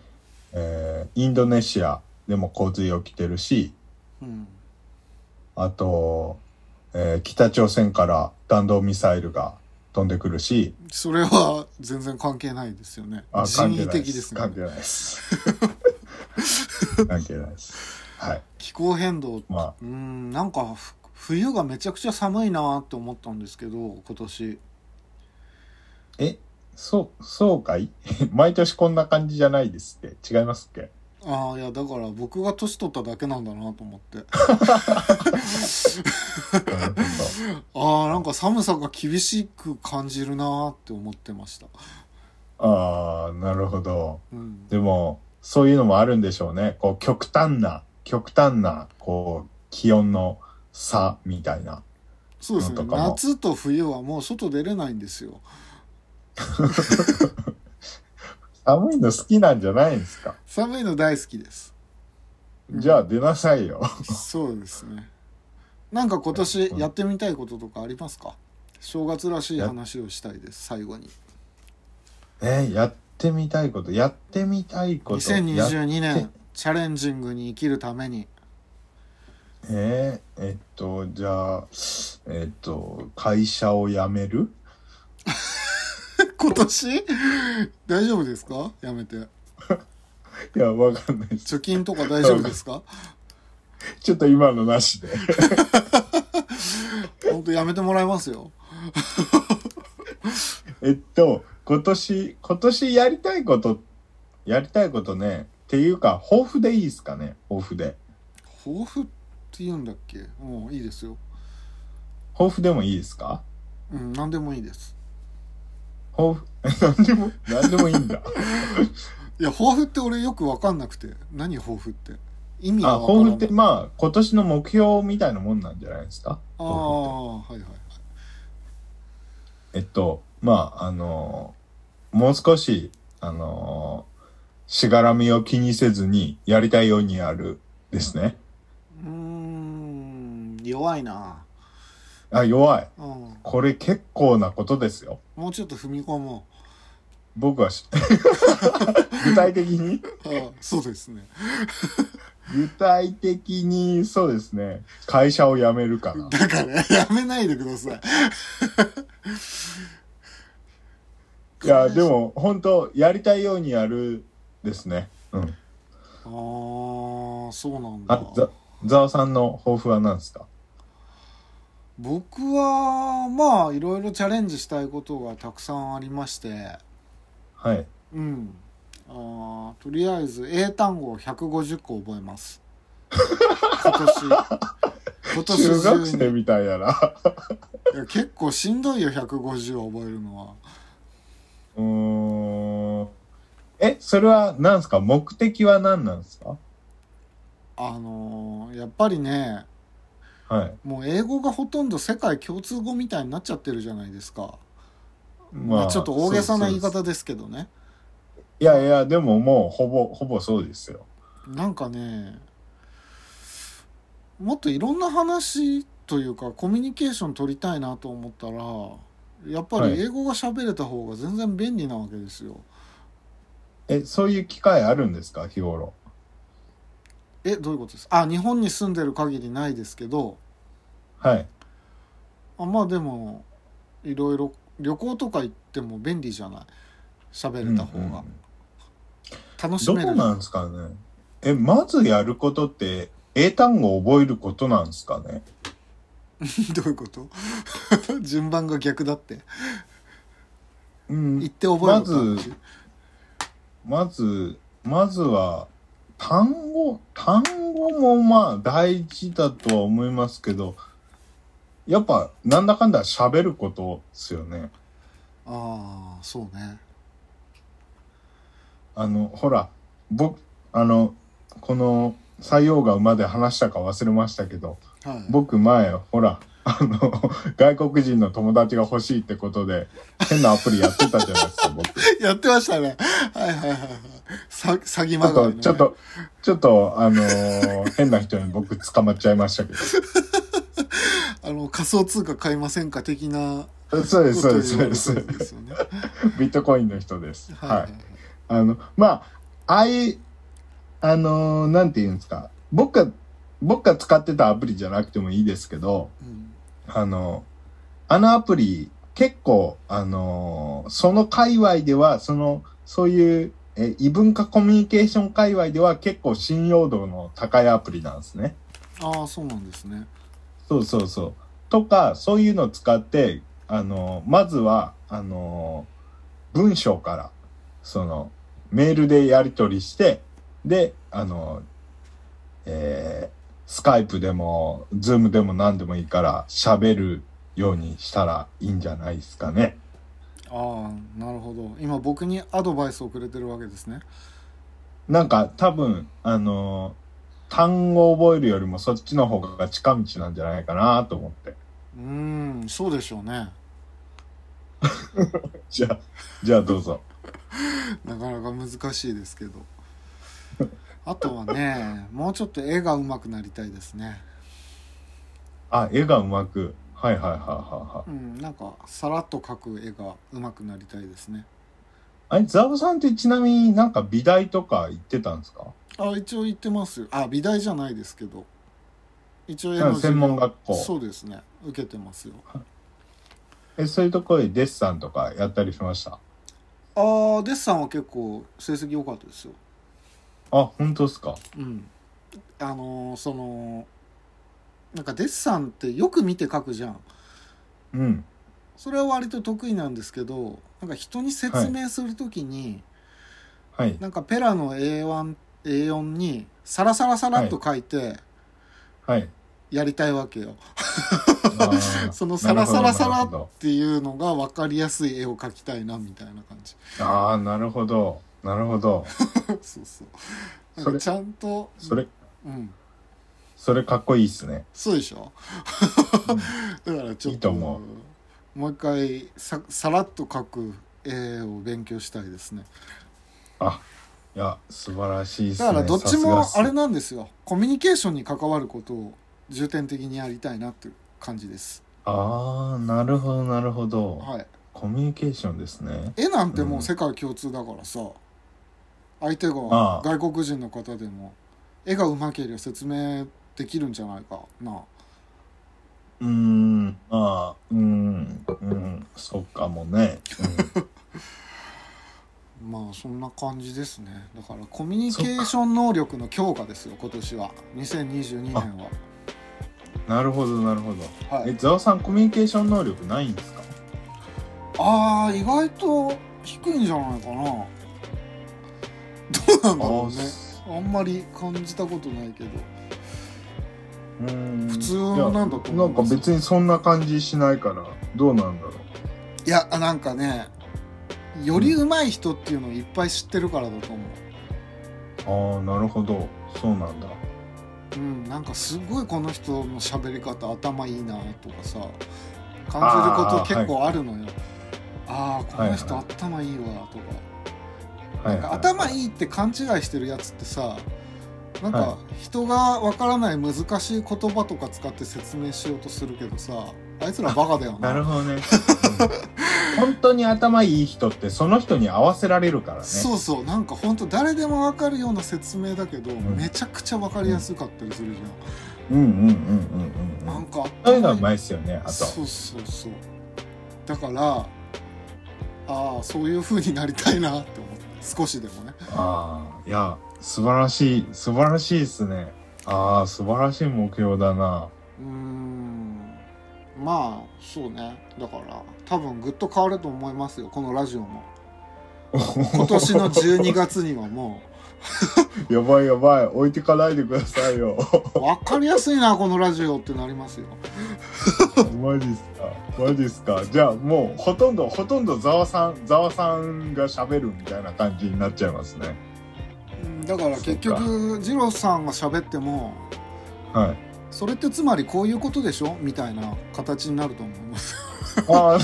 Speaker 2: えーインドネシアでも洪水起きてるし、
Speaker 1: うん
Speaker 2: あと、えー北朝鮮から弾道ミサイルが飛んでくるし、
Speaker 1: それは全然関係ないですよね
Speaker 2: あ、
Speaker 1: 人
Speaker 2: 関係
Speaker 1: 為
Speaker 2: ない
Speaker 1: 的
Speaker 2: で
Speaker 1: です
Speaker 2: す。
Speaker 1: よ
Speaker 2: 関係
Speaker 1: ね
Speaker 2: ないです。 関係ないです。はい。
Speaker 1: 気候変動
Speaker 2: まあ、
Speaker 1: うんなんかふ冬がめちゃくちゃ寒いなって思ったんですけど今年
Speaker 2: え、そう、そうかい 毎年こんな感じじゃないですって。違いますっ け
Speaker 1: ああいやだから僕が年取っただけなんだなと思って
Speaker 2: なるほど
Speaker 1: ああなんか寒さが厳しく感じるなーって思ってました、
Speaker 2: ああ、なるほど。
Speaker 1: うん、
Speaker 2: でも、そういうのもあるんでしょうね。こう、極端な、極端な、こう、気温の差みたいな。
Speaker 1: そうです
Speaker 2: な
Speaker 1: ね
Speaker 2: んとかな
Speaker 1: 夏と冬はもう外出れないんですよ
Speaker 2: 寒いの好きなんじゃないんですか。
Speaker 1: 寒いの大好き です
Speaker 2: じゃあ出なさいよ。
Speaker 1: そうですねなんか今年やってみたいこととかありますか正月らしい話をしたいです最後に
Speaker 2: え、やってみたいこと、やってみたいこと。や
Speaker 1: 2022年チャレンジングに生きるために
Speaker 2: えーえっと、じゃあ、えっと、会社を辞める
Speaker 1: 今年 大丈夫ですかやめて
Speaker 2: いや、わかんないです。
Speaker 1: 貯金とか大丈夫です か
Speaker 2: ちょっと今のなしで。
Speaker 1: 本当やめてもらいますよ
Speaker 2: えっと、今年、今年やりたいこと、やりたいことね、っていうか、抱負でいいですかね、抱負で。
Speaker 1: 抱負って言うんだっけもういいですよ
Speaker 2: 抱負でもいいですか
Speaker 1: うん、何でもいいです。
Speaker 2: 抱負、 何でも、何でもいい んだ。
Speaker 1: いや、抱負って俺よくわかんなくて。何抱負って。意味が
Speaker 2: あ、
Speaker 1: わから
Speaker 2: 抱
Speaker 1: ない。
Speaker 2: 負って、まあ、今年の目標みたいなもんなんじゃないですか
Speaker 1: ああ、
Speaker 2: 抱負って
Speaker 1: はいはい。
Speaker 2: えっと、まあ、あのーもう少し、あのーしがらみを気にせずに、やりたいようにやる、ですね。
Speaker 1: うーん、弱いな。
Speaker 2: あ、弱い。
Speaker 1: うん、
Speaker 2: これ結構なことですよ。
Speaker 1: もうちょっと踏み込も
Speaker 2: 僕はし 具体的に
Speaker 1: あそうですね
Speaker 2: 具体的にそうですね会社を辞め るかな
Speaker 1: だからやめないでください
Speaker 2: いやでも本当やりたいようにやるですねうん
Speaker 1: ああそうなんだ
Speaker 2: あざざわさんの抱負は何ですか
Speaker 1: 僕はまあいろいろチャレンジしたいことがたくさんありまして
Speaker 2: はい
Speaker 1: うんあーとりあえず英単語を150個覚えます 今年今年
Speaker 2: 中学
Speaker 1: 中
Speaker 2: 生
Speaker 1: に
Speaker 2: みたいやな
Speaker 1: いや結構しんどいよ150を覚えるのは
Speaker 2: うーんえそれは何ですか目的は何なんですか
Speaker 1: あのーやっぱりね
Speaker 2: はい
Speaker 1: もう英語がほとんど世界共通語みたいになっちゃってるじゃないですか、まあ
Speaker 2: ま
Speaker 1: ちょっと大げさな言い
Speaker 2: そうそう
Speaker 1: 方ですけどね
Speaker 2: いやいやでももうほぼほぼそうですよ
Speaker 1: なんかねもっといろんな話というかコミュニケーション取りたいなと思ったらやっぱ
Speaker 2: はい
Speaker 1: り英語が喋れた方が全然便利なわけですよ。
Speaker 2: えそういう機会あるんですか日頃
Speaker 1: えどういうことですあ日本に住んでる限りないですけど
Speaker 2: はい
Speaker 1: あまあでもいろいろ旅行とか行っても便利じゃない喋れた方
Speaker 2: うんうんう
Speaker 1: が
Speaker 2: ん
Speaker 1: 楽し
Speaker 2: ど
Speaker 1: める、
Speaker 2: こなんですかねえ、まずやることって、英単語を覚えることなんですかね
Speaker 1: どういうこと 順番が逆だって
Speaker 2: うん
Speaker 1: 行っ。て覚える
Speaker 2: まずまず、まずは、単語、単語もまあ大事だとは思いますけど、やっぱ、なんだかんだ喋ることですよね。
Speaker 1: ああそうね
Speaker 2: あの、ほら、僕、あの、この、採用が馬で話したか忘れましたけど、
Speaker 1: はい
Speaker 2: 僕前ほらあの 外国人の友達が欲しいってことで変なアプリやってたじゃないですか僕
Speaker 1: やってましたね。はいはいはいはい。さ詐欺
Speaker 2: ちょ
Speaker 1: ま
Speaker 2: っ
Speaker 1: がい
Speaker 2: と
Speaker 1: の、ね。
Speaker 2: ちょっ。とちょっとあのー変な人に僕捕まっちゃいましたけ
Speaker 1: あの、仮想通貨買いませんか的な
Speaker 2: ど そう
Speaker 1: こ
Speaker 2: ですそ
Speaker 1: と
Speaker 2: う
Speaker 1: を
Speaker 2: で
Speaker 1: 言
Speaker 2: すそ
Speaker 1: わ
Speaker 2: う
Speaker 1: れてる
Speaker 2: です
Speaker 1: んですよね。
Speaker 2: ビットコインの人です
Speaker 1: はい
Speaker 2: はいあのまあああいうあのーなんて言うんですか僕が僕が使ってたアプリじゃなくてもいいですけど
Speaker 1: うん
Speaker 2: あの、あのアプリ、結構、あの、その界隈では、その、そういう、え、異文化コミュニケーション界隈では結構信用度の高いアプリなんですね。
Speaker 1: ああ、そうなんですね。
Speaker 2: そうそうそう。とか、そういうのを使って、あの、まずは、あの、文章から、その、メールでやり取りして、で、あの、えースカイプでも、ズームでも何でもいいから喋るようにしたらいいんじゃないですかね。
Speaker 1: ああ、なるほど。今僕にアドバイスをくれてるわけですね。
Speaker 2: なんか多分、あの、単語を覚えるよりもそっちの方が近道なんじゃないかなと思って。
Speaker 1: うーん、そうでしょうね。
Speaker 2: じゃあ、じゃあどうぞ。
Speaker 1: なかなか難しいですけど。あとはね、もうちょっと絵が上手くなりたいですね。
Speaker 2: あ、絵がうまく。はいはいはいはいはい。
Speaker 1: うん、なんかさらっと描く絵が上手くなりたいですね。
Speaker 2: あれ、ザボさんってちなみになんか美大とか行ってたんですか
Speaker 1: あ一応言ってますよあ美大じゃないですけど一応絵
Speaker 2: なん
Speaker 1: の
Speaker 2: か
Speaker 1: 授業
Speaker 2: 専門学校。
Speaker 1: そうですね受けてますよ
Speaker 2: え、そういうところでデッサンとかやったりしました。
Speaker 1: あーデッサンは結構成績良かったですよ
Speaker 2: あ、本当ですか
Speaker 1: うんあのーそのなんかデッサンってよく見て描くじゃん
Speaker 2: うん。
Speaker 1: それは割と得意なんですけどなんか人に説明するときに、
Speaker 2: はい。
Speaker 1: なんかペラの A1 A4 にサラサラサラっと書いて
Speaker 2: はい。
Speaker 1: やりたいわけよ、
Speaker 2: あ ー
Speaker 1: そのサラサラサ
Speaker 2: な
Speaker 1: ラ
Speaker 2: るほど
Speaker 1: っていうのが分かりやすい絵を描きたいなみたいな感じ
Speaker 2: ああ、なるほど。なるほど。
Speaker 1: そうそう
Speaker 2: それ
Speaker 1: なんかちゃんと
Speaker 2: それ、
Speaker 1: うん
Speaker 2: それかっこいいっすね。
Speaker 1: そうでしょ だからちょっと
Speaker 2: いいと思
Speaker 1: もう一回ささらっと描く絵を勉強したいですね
Speaker 2: あ、いや、素晴らしいっす
Speaker 1: だ
Speaker 2: ね。
Speaker 1: からどっち
Speaker 2: さ
Speaker 1: も
Speaker 2: す
Speaker 1: あ
Speaker 2: がっ
Speaker 1: れ
Speaker 2: す
Speaker 1: なんですよコミュニケーションに関わることを重点的にやりたいなっていう感じです
Speaker 2: ああ、なるほど、なるほど。
Speaker 1: はい
Speaker 2: コミュニケーションですね
Speaker 1: 絵なんてもう世界共通だからさ、相手が
Speaker 2: ああ
Speaker 1: 外国人の方でも絵がうまければ説明できるんじゃないかな
Speaker 2: うーんまあうんうんそっかもね、
Speaker 1: まあそんな感じですねだからコミュニケーション能力の強化ですよ今年は2022年は
Speaker 2: うんなるほどなるほど
Speaker 1: は
Speaker 2: え
Speaker 1: い
Speaker 2: ざわさんコミュニケーション能力ないんですか
Speaker 1: あー意外と低いんじゃないかなどうなんだろうね
Speaker 2: す
Speaker 1: あんまり感じたことないけど
Speaker 2: うーん
Speaker 1: 普通なんだと
Speaker 2: い
Speaker 1: 思
Speaker 2: やないんか
Speaker 1: ます
Speaker 2: 別にそんな感じしないからどうなんだろう
Speaker 1: いやなんかねより上手い人っていうのをいっぱい知ってるからだと思う
Speaker 2: ああなるほどそうなんだ
Speaker 1: うん、なんかすごいこの人の喋り方頭いいなとかさ感じること結構あるのよあー、この人
Speaker 2: は
Speaker 1: 頭いいわとか、な
Speaker 2: はい、
Speaker 1: んか
Speaker 2: はい、
Speaker 1: 頭いいって勘違いしてるやつってさなんか
Speaker 2: は
Speaker 1: 人がわからない難しい言葉とか使って説明しようとするけどさあいつらバカだよな
Speaker 2: なるほどね、 うん本当に頭いい人ってその人に合わせられるからね
Speaker 1: そうそうなんかほんと誰でもわかるような説明だけど、
Speaker 2: ん
Speaker 1: めちゃくちゃわかりやすかったりするじ
Speaker 2: うんうんうんうん
Speaker 1: ゃん、な
Speaker 2: う
Speaker 1: んんか
Speaker 2: そういうのはうまいっすよねあと
Speaker 1: そうそうそうだからああそういう風になりたいなって思って少しでもね
Speaker 2: ああいや素晴らしい素晴らしいですねああ素晴らしい目標だな
Speaker 1: うーんまあそうねだから多分ぐっと変わると思いますよこのラジオ も今
Speaker 2: 今
Speaker 1: 年の12月にはも
Speaker 2: やばいやばい置いてかないでくださいよ
Speaker 1: う分かりやすいなこのラジオってなりますよ
Speaker 2: マジっすかマジっすかじゃあもうほとんどほとんどざわさんざわさんが喋るみたいな感じになっちゃいますね
Speaker 1: うんだから結局二郎さんが喋っても
Speaker 2: はい
Speaker 1: それってつまりこういうことでしょみたいな形になると思います
Speaker 2: あ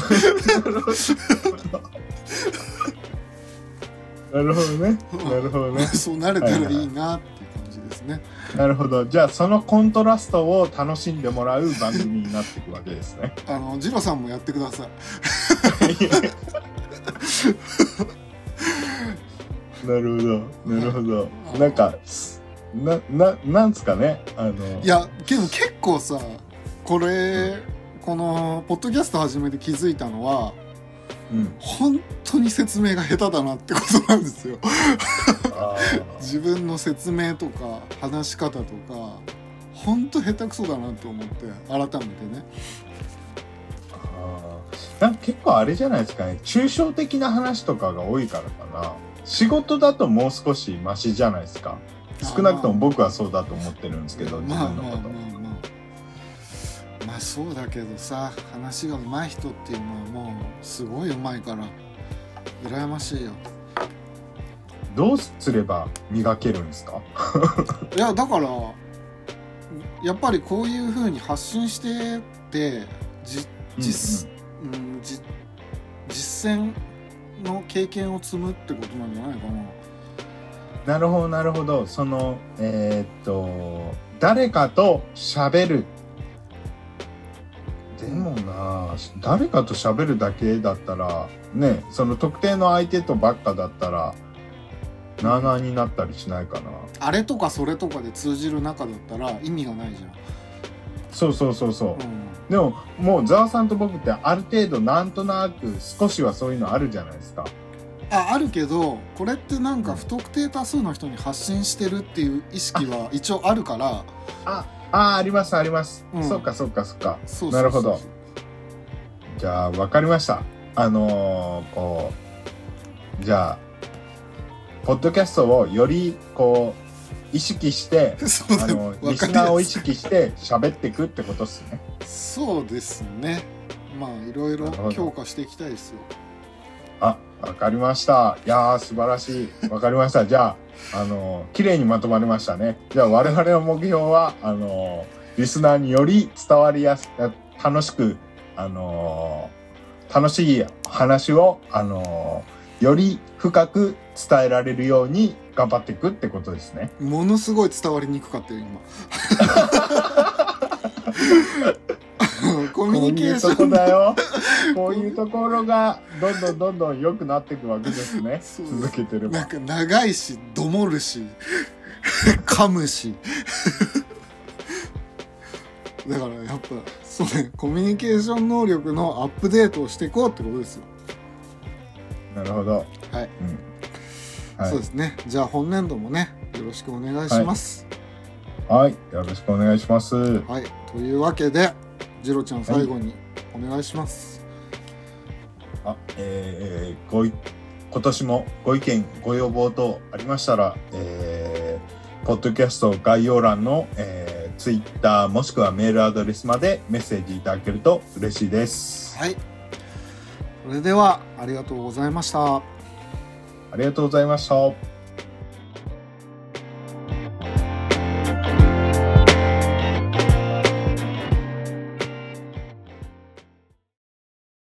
Speaker 2: あなるほどねなるほどね
Speaker 1: そうなれたらいいなっていう感じですね
Speaker 2: なるほどじゃあそのコントラストを楽しんでもらう番組になっていくわけですね
Speaker 1: あの二郎さんもやってください
Speaker 2: なるほどなるほどなんかすなななんすかねあの
Speaker 1: いやでも結構さこれこのポッドキャスト始めて気づいたのは
Speaker 2: うん
Speaker 1: 本当に説明が下手だなってことなんですよ
Speaker 2: あー
Speaker 1: 自分の説明とか話し方とか本当下手くそだなと思って改めてね
Speaker 2: あーなんか結構あれじゃないですかね抽象的な話とかが多いからかな仕事だともう少しマシじゃないですか少なくとも僕はそうだと思ってるんですけど自
Speaker 1: まあ
Speaker 2: 分
Speaker 1: ま
Speaker 2: の
Speaker 1: あま
Speaker 2: こ
Speaker 1: あ
Speaker 2: と、
Speaker 1: まあまあまあそうだけどさ話が上手い人っていうのはもうすごい上手いから羨ましいよ
Speaker 2: どうすれば磨けるんですか
Speaker 1: いやだからやっぱりこういう風に発信してってじ、実うん、じ実践の経験を積むってことなんじゃないかな
Speaker 2: なるほどなるほどそのえーっと誰かと喋るでもな誰かと喋るだけだったらねその特定の相手とばっかだったらなあなあになったりしないかな
Speaker 1: あれとかそれとかで通じる中だったら意味がないじ
Speaker 2: そうそうそうそう、
Speaker 1: ゃん、うん、
Speaker 2: でももうざわさんと僕ってある程度なんとなく少しはそういうのあるじゃないですか
Speaker 1: ああるけどこれってなんか不特定多数の人に発信してるっていう意識は一応あるから
Speaker 2: ああありますあります、
Speaker 1: うん
Speaker 2: そっかそっかそっか
Speaker 1: そうそうそう
Speaker 2: なるほどじゃあ分かりましたあのーこうじゃあポッドキャストをよりこう意 識して
Speaker 1: そう
Speaker 2: あ
Speaker 1: だ
Speaker 2: の
Speaker 1: ね
Speaker 2: リ
Speaker 1: わか
Speaker 2: ス
Speaker 1: り
Speaker 2: ナー
Speaker 1: や
Speaker 2: を意識して喋っていくってことですね
Speaker 1: すそうですねまあいろいろ
Speaker 2: なるほど
Speaker 1: 強化していきたいですよ
Speaker 2: あ分かりましたいやー素晴らしい分かりましたじゃああのー綺麗にまとまりましたねじゃあ我々の目標はあのーリスナーにより伝わりやす楽しくあのー楽しい話をあのーより深く伝えられるように頑張っていくってことですね
Speaker 1: ものすごい伝わりにくかったよ 今コミュニケーショ
Speaker 2: こういうとこ
Speaker 1: ン
Speaker 2: だよこういうところがどんどんどんどん良くなっていくわけですね
Speaker 1: そう
Speaker 2: 続けてれ
Speaker 1: なん
Speaker 2: ば
Speaker 1: か長いしどもるし 噛むし だからやっぱそうねコミュニケーション能力のアップデートをしていこうってことですよ、
Speaker 2: なるほど
Speaker 1: はい、
Speaker 2: うんはい
Speaker 1: そうですねじゃあ本年度もねよろしくお願いします
Speaker 2: はい、よろしくお願いします。
Speaker 1: はい、というわけでジロちゃん最後にお願いします、
Speaker 2: あ、えー、ごい今年もご意見、ご要望等ありましたら、えー、ポッドキャスト概要欄の、えー、ツイッターもしくはメールアドレスまでメッセージいただけると嬉しいです。
Speaker 1: はいそれではありがとうございました
Speaker 2: ありがとうございました。